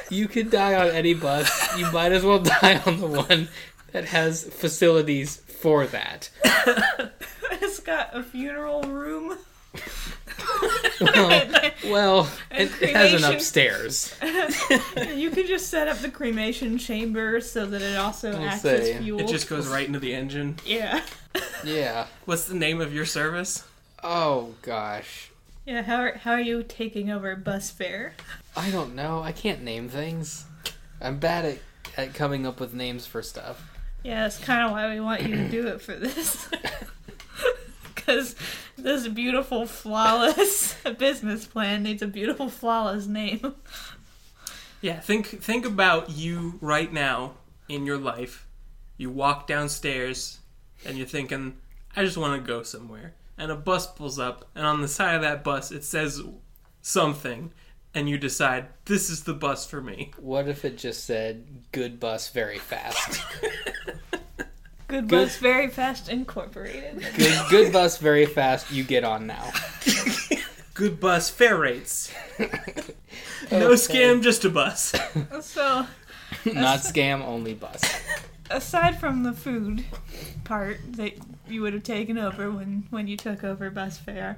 Speaker 3: you can die on any bus. You might as well die on the one that has facilities for that.
Speaker 4: It's got a funeral room.
Speaker 3: Well, well it, it has an
Speaker 4: cremation.
Speaker 3: upstairs.
Speaker 4: you could just set up the cremation chamber so that it also acts
Speaker 3: say,
Speaker 4: as fuel.
Speaker 1: It just goes right into the engine.
Speaker 4: Yeah.
Speaker 3: Yeah.
Speaker 1: What's the name of your service?
Speaker 3: Oh gosh.
Speaker 4: Yeah, how are, how are you taking over bus fare?
Speaker 3: I don't know. I can't name things. I'm bad at, at coming up with names for stuff.
Speaker 4: Yeah, that's kind of why we want you to do it for this. Because this beautiful, flawless business plan needs a beautiful, flawless name.
Speaker 1: Yeah, think think about you right now in your life. You walk downstairs and you're thinking, I just want to go somewhere. And a bus pulls up, and on the side of that bus it says something, and you decide this is the bus for me.
Speaker 3: What if it just said good bus very fast?
Speaker 4: Good Bus Very Fast Incorporated.
Speaker 3: good, good bus very fast, you get on now.
Speaker 1: Good bus fare rates. No scam, just a bus.
Speaker 4: So,
Speaker 3: Not scam, only bus.
Speaker 4: aside from the food part that you would have taken over when, when you took over bus fare,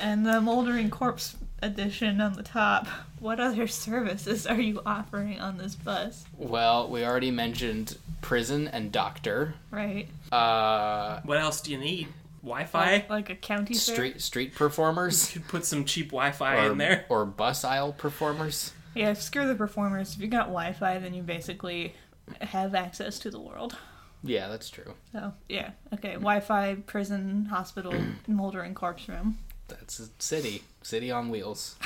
Speaker 4: and the moldering corpse edition on the top, what other services are you offering on this bus?
Speaker 3: Well, we already mentioned prison and doctor.
Speaker 4: Right?
Speaker 3: Uh,
Speaker 1: What else do you need? Wi-Fi.
Speaker 4: Like a county fair?
Speaker 3: street street performers.
Speaker 1: Could put some cheap Wi-Fi
Speaker 3: Or,
Speaker 1: in there.
Speaker 3: or bus aisle performers.
Speaker 4: Yeah, screw the performers. If you got Wi Fi, then you basically have access to the world.
Speaker 3: Yeah, that's true.
Speaker 4: So, yeah. Okay. Wi Fi, prison, hospital, moldering corpse room.
Speaker 3: That's a city. City on wheels.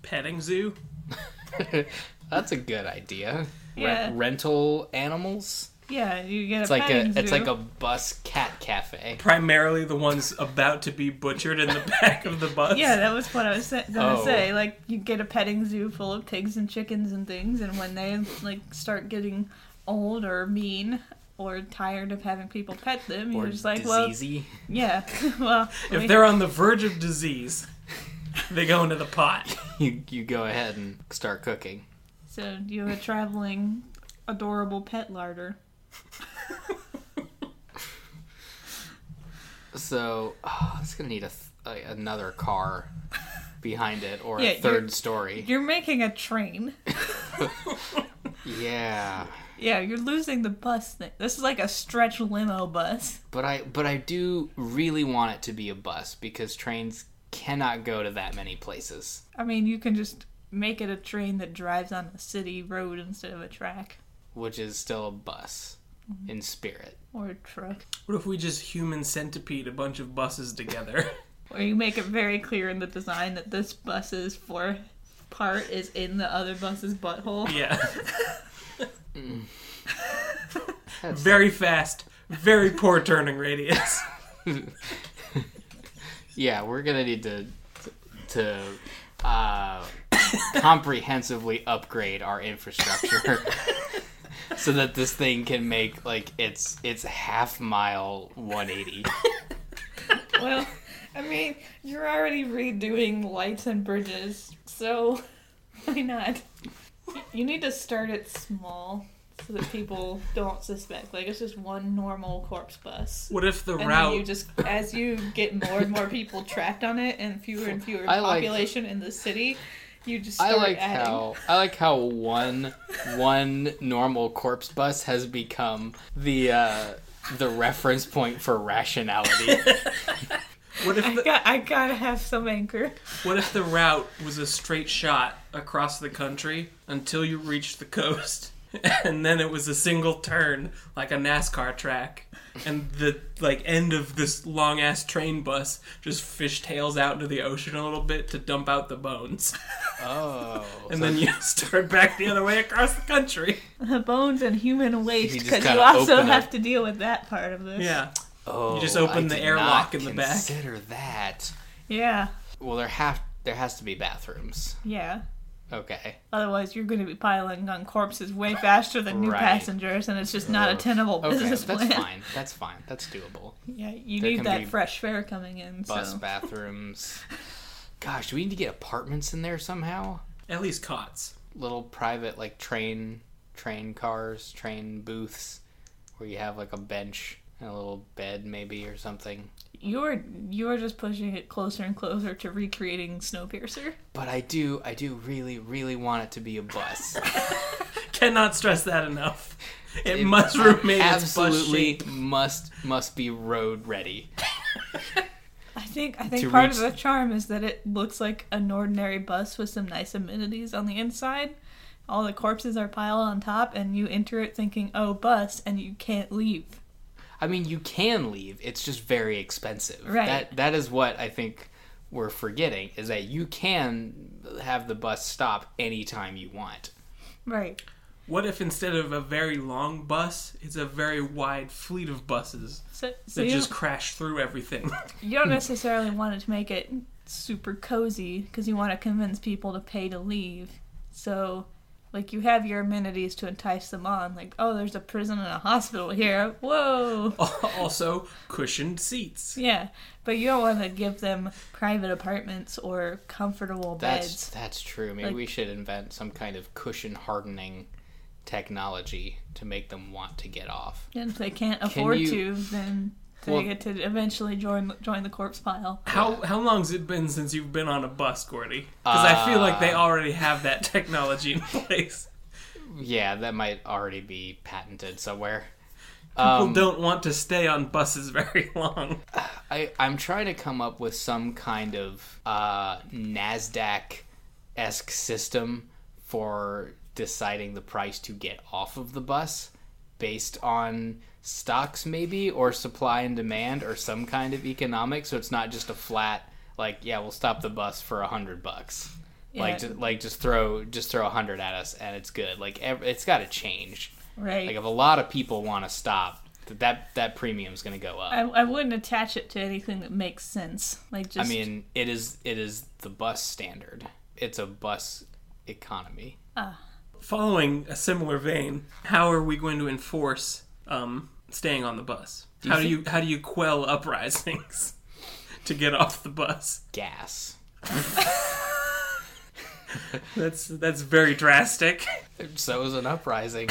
Speaker 1: Petting zoo.
Speaker 3: That's a good idea. Re-
Speaker 4: Yeah.
Speaker 3: rental animals.
Speaker 4: Yeah, you get a
Speaker 3: It's like a
Speaker 4: petting
Speaker 3: it's
Speaker 4: zoo.
Speaker 3: like a bus cat cafe.
Speaker 1: primarily the ones about to be butchered in the back of the bus.
Speaker 4: Yeah, that was what I was sa- gonna
Speaker 3: Oh.
Speaker 4: say. Like, you get a petting zoo full of pigs and chickens and things, and when they like start getting old or mean or tired of having people pet them,
Speaker 3: Or
Speaker 4: you're just like, well,
Speaker 3: diseasey.
Speaker 4: yeah, well,
Speaker 1: If they're on the verge of disease, they go into the pot.
Speaker 3: You you go ahead and start cooking.
Speaker 4: so you have a traveling, adorable pet larder.
Speaker 3: So oh, it's gonna need a th- a- another car behind it or
Speaker 4: Yeah,
Speaker 3: a
Speaker 4: you're-
Speaker 3: 3rd story.
Speaker 4: You're making a train.
Speaker 3: Yeah.
Speaker 4: Yeah, you're losing the bus thing. This is like a stretch limo bus.
Speaker 3: But I but I do really want it to be a bus because trains cannot go to that many places.
Speaker 4: I mean, you can just make it a train that drives on a city road instead of a track
Speaker 3: which is still a bus
Speaker 4: Mm-hmm.
Speaker 3: in spirit.
Speaker 4: or a truck.
Speaker 1: What if we just human centipede a bunch of buses together?
Speaker 4: Or you make it very clear in the design that this bus's fourth part is in the other bus's butthole.
Speaker 1: yeah.
Speaker 3: That's
Speaker 1: Very fast, very poor turning radius.
Speaker 3: yeah, we're gonna need to to uh, comprehensively upgrade our infrastructure so that this thing can make like its its half mile 180.
Speaker 4: Well, I mean, you're already redoing lights and bridges, so why not? You need to start it small so that people don't suspect. Like, it's just one normal corpse bus.
Speaker 1: What if the
Speaker 4: And
Speaker 1: route
Speaker 4: then you just, as you get more and more people trapped on it and fewer and fewer
Speaker 3: I like-
Speaker 4: population in the city, you just
Speaker 3: I
Speaker 4: start
Speaker 3: like
Speaker 4: adding.
Speaker 3: how I like how one one normal corpse bus has become the uh, the reference point for rationality.
Speaker 1: what if
Speaker 4: I,
Speaker 1: the,
Speaker 4: got, I gotta have some anchor.
Speaker 1: what if the route was a straight shot across the country until you reached the coast? And then it was a single turn, like a NASCAR track, and the like end of this long ass train bus just fishtails out into the ocean a little bit to dump out the bones,
Speaker 3: Oh,
Speaker 1: and then you start back the other way across the country.
Speaker 4: The bones and human waste,
Speaker 3: You just
Speaker 4: because you,
Speaker 3: gotta
Speaker 4: also
Speaker 3: open up-
Speaker 4: have to deal with that part of this.
Speaker 1: Yeah,
Speaker 3: Oh,
Speaker 1: You just open
Speaker 3: I
Speaker 1: the
Speaker 3: did
Speaker 1: airlock
Speaker 3: not
Speaker 1: in the back.
Speaker 3: Consider that.
Speaker 4: Yeah.
Speaker 3: Well, there have there has to be bathrooms.
Speaker 4: Yeah.
Speaker 3: Okay.
Speaker 4: Otherwise, you're going to be piling on corpses way faster than new
Speaker 3: Right.
Speaker 4: passengers, and it's just not a tenable
Speaker 3: Okay,
Speaker 4: business
Speaker 3: that's
Speaker 4: plan.
Speaker 3: fine. That's fine. That's doable.
Speaker 4: Yeah, you
Speaker 3: There
Speaker 4: need
Speaker 3: can be
Speaker 4: that fresh fare coming in.
Speaker 3: Bus
Speaker 4: so.
Speaker 3: bathrooms. Gosh, do we need to get apartments in there somehow?
Speaker 1: at least cots.
Speaker 3: Little private like train train cars, train booths where you have like a bench and a little bed maybe or something.
Speaker 4: You're you're just pushing it closer and closer to recreating Snowpiercer.
Speaker 3: But I do I do really really want it to be a bus.
Speaker 1: Cannot stress that enough. It, uh, must remain its bus
Speaker 3: absolutely
Speaker 1: shape.
Speaker 3: must must be road ready.
Speaker 4: I think I think
Speaker 3: To
Speaker 4: part
Speaker 3: reach-
Speaker 4: of the charm is that it looks like an ordinary bus with some nice amenities on the inside. All the corpses are piled on top, and you enter it thinking, "Oh, bus," and you can't leave.
Speaker 3: I mean, you can leave. It's just very expensive.
Speaker 4: Right.
Speaker 3: That that is what I think we're forgetting is that you can have the bus stop anytime you want.
Speaker 4: Right.
Speaker 1: What if instead of a very long bus, it's a very wide fleet of buses
Speaker 4: So, so
Speaker 1: that
Speaker 4: you
Speaker 1: just crash through everything?
Speaker 4: You don't necessarily want to make it super cozy because you want to convince people to pay to leave. So, like, you have your amenities to entice them on. Like, oh, there's a prison and a hospital here. Whoa.
Speaker 3: Oh.
Speaker 1: also, cushioned seats.
Speaker 4: Yeah. But you don't want to give them private apartments or comfortable
Speaker 3: That's
Speaker 4: beds.
Speaker 3: that's true. Maybe we should invent some kind of cushion hardening technology to make them want to get off.
Speaker 4: And if they can't afford
Speaker 3: you-
Speaker 4: to, then they
Speaker 3: Well-
Speaker 4: get to eventually join join the corpse pile.
Speaker 1: How how long's it been since you've been on a bus, Gordy? Because I feel like they already have that technology in place.
Speaker 3: Yeah, that might already be patented somewhere.
Speaker 1: People don't want to stay on buses very long.
Speaker 3: I, I'm trying to come up with some kind of uh, NASDAQ esque system for deciding the price to get off of the bus based on stocks, maybe, or supply and demand, or some kind of economics. So it's not just a flat, like, yeah, we'll stop the bus for a hundred bucks. Like,
Speaker 4: Yeah.
Speaker 3: just, like just throw just throw a hundred at us and it's good. Like, ev- it's got to change.
Speaker 4: Right.
Speaker 3: Like, if a lot of people want to stop, th- that that premium's going to go up.
Speaker 4: I, I wouldn't attach it to anything that makes sense. Like,
Speaker 3: I
Speaker 4: just.
Speaker 3: mean, it is it is the bus standard. It's a bus economy.
Speaker 1: Following a similar vein, how are we going to enforce um, staying on the bus? how do you how do you quell uprisings to get off the bus?
Speaker 3: Gas.
Speaker 1: That's that's very drastic.
Speaker 3: So is an uprising.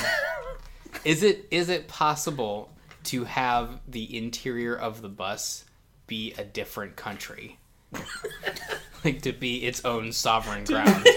Speaker 3: is it is it possible to have the interior of the bus be a different country? like to be its own sovereign ground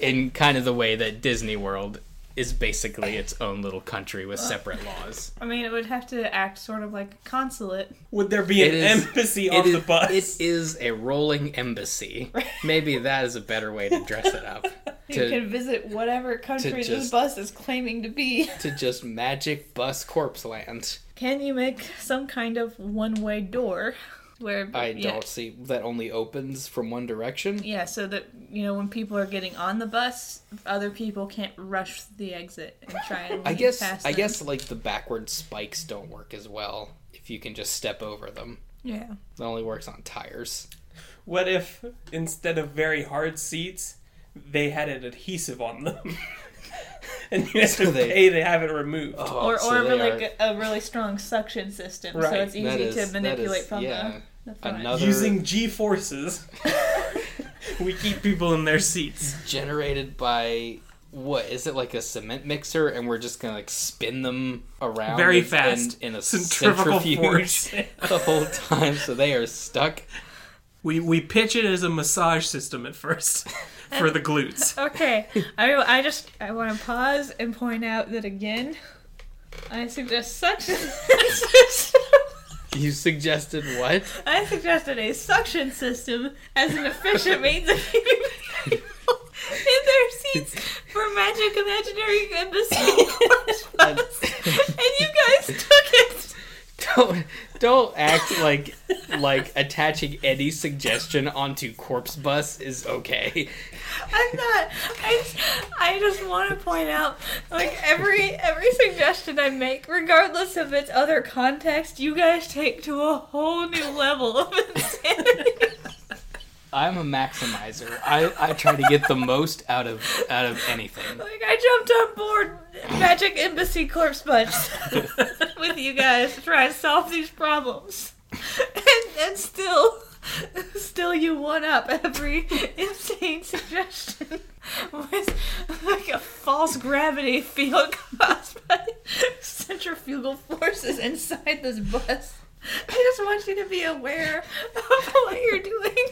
Speaker 3: in kind of the way that Disney World is basically its own little country with separate laws.
Speaker 4: I mean, it would have to act sort of like a consulate.
Speaker 5: Would there be an
Speaker 3: It is-
Speaker 5: embassy
Speaker 3: It
Speaker 5: off
Speaker 3: is,
Speaker 5: the bus?
Speaker 3: it is a rolling embassy. Maybe that is a better way to dress it up.
Speaker 4: you
Speaker 3: To,
Speaker 4: can visit whatever country this
Speaker 3: just-
Speaker 4: bus is claiming to be.
Speaker 3: to just magic bus corpse land.
Speaker 4: Can you make some kind of one-way door where
Speaker 3: I
Speaker 4: yeah,
Speaker 3: don't see that only opens from one direction.
Speaker 4: Yeah, so that you know when people are getting on the bus, other people can't rush the exit and try and
Speaker 3: I
Speaker 4: leave
Speaker 3: guess
Speaker 4: past
Speaker 3: I
Speaker 4: them.
Speaker 3: guess like the backward spikes don't work as well if you can just step over them.
Speaker 4: yeah.
Speaker 3: It only works on tires.
Speaker 5: What if instead of very hard seats, they had an adhesive on them? and you have to
Speaker 3: they-
Speaker 5: pay to have it removed.
Speaker 3: Oh,
Speaker 4: Or
Speaker 3: so
Speaker 4: or
Speaker 3: they
Speaker 4: really
Speaker 3: are-
Speaker 4: g a really strong suction system,
Speaker 5: Right.
Speaker 4: so it's
Speaker 3: That
Speaker 4: easy
Speaker 3: is- that is-
Speaker 4: to manipulate from
Speaker 3: yeah.
Speaker 4: the, the front.
Speaker 3: Another-
Speaker 5: Using G forces, we keep people in their seats.
Speaker 3: generated by what is it like a cement mixer and we're just gonna like spin them around
Speaker 1: Very
Speaker 3: and-
Speaker 1: fast.
Speaker 3: and in a
Speaker 1: Centrifugal
Speaker 3: centrifuge
Speaker 1: force.
Speaker 3: the whole time so they are stuck
Speaker 1: We we pitch it as a massage system at first for the glutes.
Speaker 4: Okay, I I just I want to pause and point out that again, I suggest suction system.
Speaker 3: you suggested what
Speaker 4: I suggested a suction system as an efficient means of keeping people in their seats for magic imaginary embassy. and you guys took it.
Speaker 3: don't don't act like like attaching any suggestion onto corpse bus is okay
Speaker 4: I'm not. I just, I just want to point out, like every every suggestion I make, regardless of its other context, you guys take to a whole new level of insanity.
Speaker 3: i'm a maximizer i i try to get the most out of out of anything
Speaker 4: like I jumped on board Magic Embassy Corpse Bunch with you guys to try and solve these problems, and and still. Still, you one up every insane suggestion with like a false gravity field caused by centrifugal forces inside this bus. I just want you to be aware of what you're doing.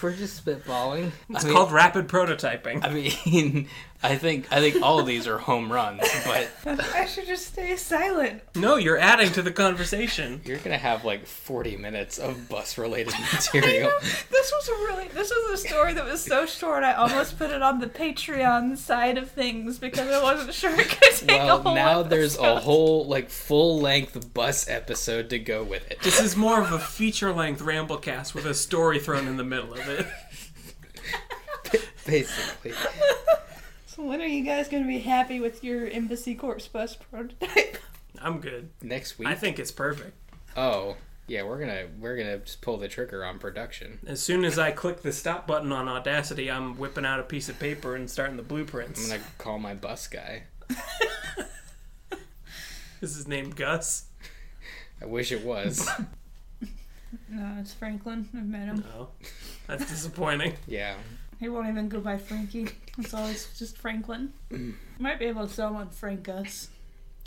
Speaker 3: we're just spitballing
Speaker 1: It's
Speaker 3: I mean-
Speaker 1: called rapid prototyping.
Speaker 3: I mean, I think I think all of these are home runs, but
Speaker 4: I should just stay silent.
Speaker 1: No, you're adding to the conversation.
Speaker 3: you're gonna have like 40 minutes of bus-related
Speaker 4: You
Speaker 3: material.
Speaker 4: know, this was a really this was a story that was so short I almost put it on the Patreon side of things because I wasn't sure it could take a
Speaker 3: Well,
Speaker 4: whole
Speaker 3: now there's a
Speaker 4: episode.
Speaker 3: whole like full-length bus episode to go with it.
Speaker 1: This is more of a feature length ramblecast with a story thrown in the middle of it.
Speaker 3: Basically,
Speaker 4: So when are you guys gonna be happy with your embassy corpse bus prototype?
Speaker 1: I'm good.
Speaker 3: next week.
Speaker 1: I think it's perfect.
Speaker 3: Oh, yeah, we're gonna we're gonna just pull the trigger on production.
Speaker 1: As soon as I click the stop button on Audacity, I'm whipping out a piece of paper and starting the
Speaker 3: I'm
Speaker 1: blueprints.
Speaker 3: gonna call my bus guy.
Speaker 1: Is his name Gus?
Speaker 3: I wish it was.
Speaker 4: No, it's Franklin. I've met him.
Speaker 1: Oh, that's disappointing.
Speaker 3: Yeah,
Speaker 4: He won't even go by Frankie. It's always just Franklin. Might be able to sell one Frankus.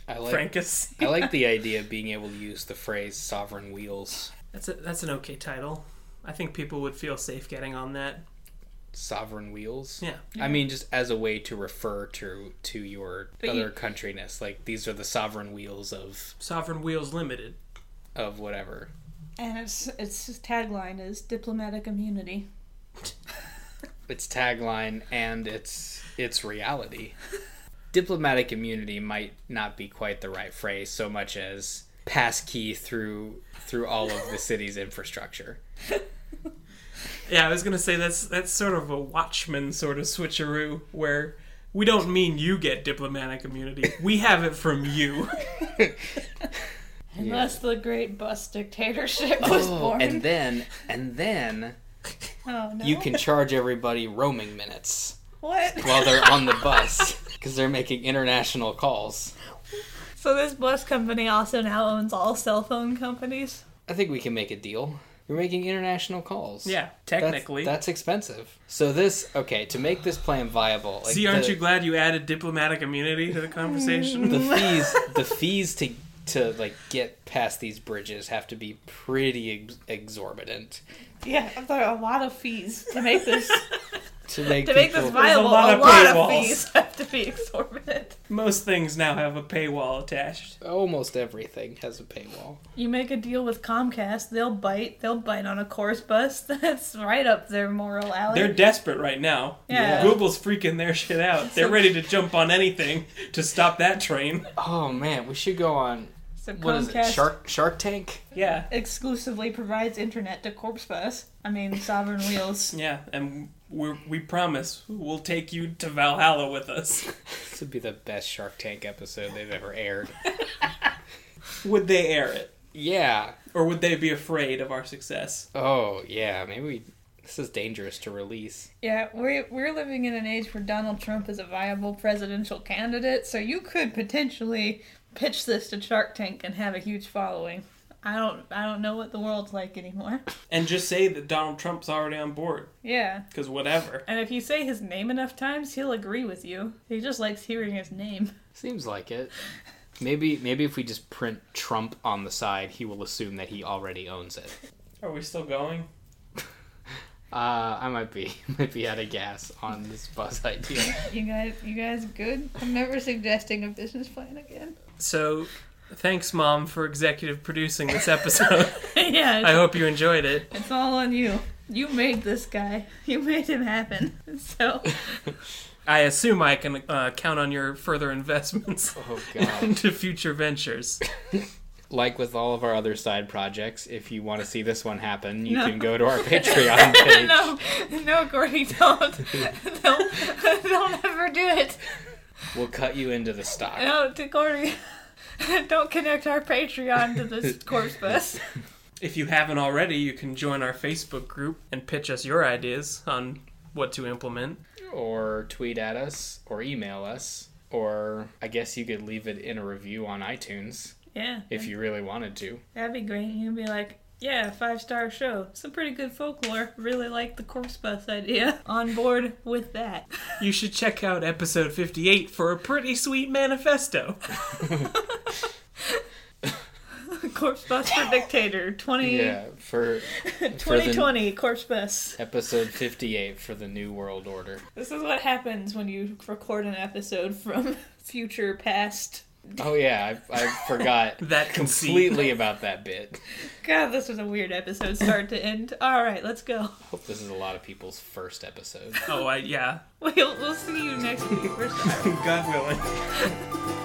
Speaker 3: I like
Speaker 1: Frankus.
Speaker 3: I like the idea of being able to use the phrase "sovereign wheels."
Speaker 1: That's a, that's an okay title. I think people would feel safe getting on that.
Speaker 3: Sovereign wheels.
Speaker 1: Yeah.
Speaker 3: I mean, just as a way to refer to to your
Speaker 4: But you-
Speaker 3: other countryness, like these are the sovereign wheels of
Speaker 1: Sovereign Wheels Limited.
Speaker 3: of whatever.
Speaker 4: And it's its tagline is diplomatic immunity.
Speaker 3: Its tagline and its its reality. Diplomatic immunity might not be quite the right phrase, so much as pass key through through all of the city's infrastructure.
Speaker 1: Yeah, I was gonna say that's that's sort of a Watchman sort of switcheroo where we don't mean you get diplomatic immunity. We have it from you.
Speaker 4: Unless the great bus dictatorship was
Speaker 3: Oh,
Speaker 4: born.
Speaker 3: and then and then
Speaker 4: oh no.
Speaker 3: you can charge everybody roaming minutes
Speaker 4: What?
Speaker 3: while they're on the bus because they're making international calls.
Speaker 4: so this bus company also now owns all cell phone companies.
Speaker 3: I think we can make a deal. You're making international calls.
Speaker 1: Yeah,
Speaker 3: That's-
Speaker 1: technically.
Speaker 3: That's, expensive. So this okay, to make this plan viable. Like
Speaker 1: See, aren't
Speaker 3: the,
Speaker 1: you glad you added diplomatic immunity to the conversation?
Speaker 3: the fees the fees to to like get past these bridges have to be pretty ex- exorbitant
Speaker 4: Yeah, there are a lot of fees to make this
Speaker 3: to make
Speaker 6: To make this
Speaker 3: people-
Speaker 6: viable, a lot,
Speaker 1: lot
Speaker 6: of,
Speaker 1: of paywalls.
Speaker 6: fees have to be exorbitant.
Speaker 1: Most things now have a paywall attached.
Speaker 3: almost everything has a paywall.
Speaker 4: You make a deal with Comcast, they'll bite. They'll bite on a chorus bus. That's right up their moral alley.
Speaker 1: They're desperate right now.
Speaker 4: Oh, yeah.
Speaker 1: Google's freaking their shit out. They're ready to jump on anything to stop that train.
Speaker 3: Oh man, we should go on
Speaker 4: So Comcast
Speaker 3: what is it? Shark Shark Tank?
Speaker 1: Yeah,
Speaker 4: exclusively provides internet to Corpse Bus. I mean, Sovereign Wheels.
Speaker 1: yeah, and we we promise we'll take you to Valhalla with us.
Speaker 3: This would be the best Shark Tank episode they've ever aired.
Speaker 1: Would they air it,
Speaker 3: yeah.
Speaker 1: or would they be afraid of our success?
Speaker 3: Oh yeah, maybe we, this is dangerous to release.
Speaker 6: Yeah,
Speaker 4: We're, we're living in an age where Donald Trump is a viable presidential candidate, so you could potentially pitch this to Shark Tank and have a huge following. I don't I don't know what the world's like anymore.
Speaker 1: And just say that Donald Trump's already on board,
Speaker 4: Yeah.
Speaker 1: because whatever.
Speaker 4: And if you say his name enough times, he'll agree with you. He just likes hearing his name.
Speaker 3: Seems like it. Maybe maybe if we just print Trump on the side, he will assume that he already owns it.
Speaker 1: Are we still going?
Speaker 3: Uh, I might be might be out of gas on this bus idea.
Speaker 6: you guys, you guys, good.
Speaker 4: I'm never suggesting a business plan again.
Speaker 7: So, thanks, Mom, for executive producing this episode.
Speaker 4: yeah,
Speaker 7: I hope you enjoyed it.
Speaker 4: It's all on you. You made this guy. You made him happen. So
Speaker 7: I assume I can uh, count on your further investments
Speaker 3: Oh god.
Speaker 7: into future ventures.
Speaker 3: like with all of our other side projects, if you want to see this one happen, you
Speaker 4: No.
Speaker 3: can go to our Patreon page.
Speaker 4: no, no, Gordy, don't, don't, don't ever do it.
Speaker 3: We'll cut you into the stock.
Speaker 4: No, to Gordy, don't connect our Patreon to this course bus.
Speaker 7: If you haven't already, you can join our Facebook group and pitch us your ideas on what to implement.
Speaker 3: or tweet at us or email us or i guess you could leave it in a review on itunes
Speaker 4: Yeah,
Speaker 3: if you really wanted to
Speaker 4: that'd be great. You'd be like. Yeah, five star show. Some pretty good folklore. Really like the corpse bus idea. On board with that.
Speaker 7: You should check out episode 58 for a pretty sweet manifesto.
Speaker 4: Corpse bus for dictator. Twenty
Speaker 3: yeah for for the
Speaker 4: 2020 corpse bus.
Speaker 3: episode 58 for the new world order
Speaker 4: This is what happens when you record an episode from future past.
Speaker 3: oh yeah i, I forgot
Speaker 7: That conceit.
Speaker 3: completely about that bit
Speaker 4: God, this was a weird episode, start to end. All right, let's go.
Speaker 3: hope this is a lot of people's first episode
Speaker 7: Oh, I, yeah.
Speaker 4: We'll, we'll see you next week. We're sorry.
Speaker 1: God willing.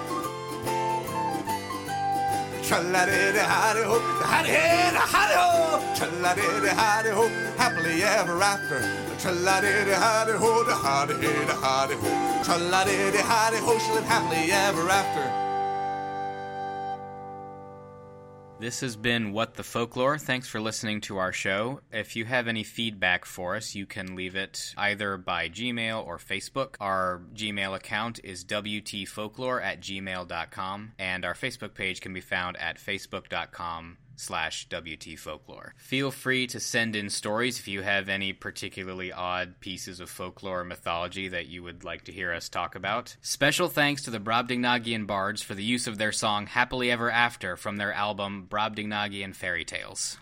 Speaker 2: Tra-la-di-di-hi-di-ho, hi-di-hi-di-hi-di-ho. Tra-la-di-di-hi-di-ho, happily ever after. Tra-la-di-di-hi-di-ho, da-hi-di-hi-di-ho. Tra-la-di-di-hi-di-ho, shall live happily ever after.
Speaker 8: This has been What the Folklore. Thanks for listening to our show. If you have any feedback for us, you can leave it either by Gmail or Facebook. Our Gmail account is wtfolklore at gmail.com, and our Facebook page can be found at facebook.com slash wtfolklore. Feel free to send in stories if you have any particularly odd pieces of folklore or mythology that you would like to hear us talk about. Special thanks to the Brobdingnagian bards for the use of their song Happily Ever After from their album Brobdingnagian Fairy Tales.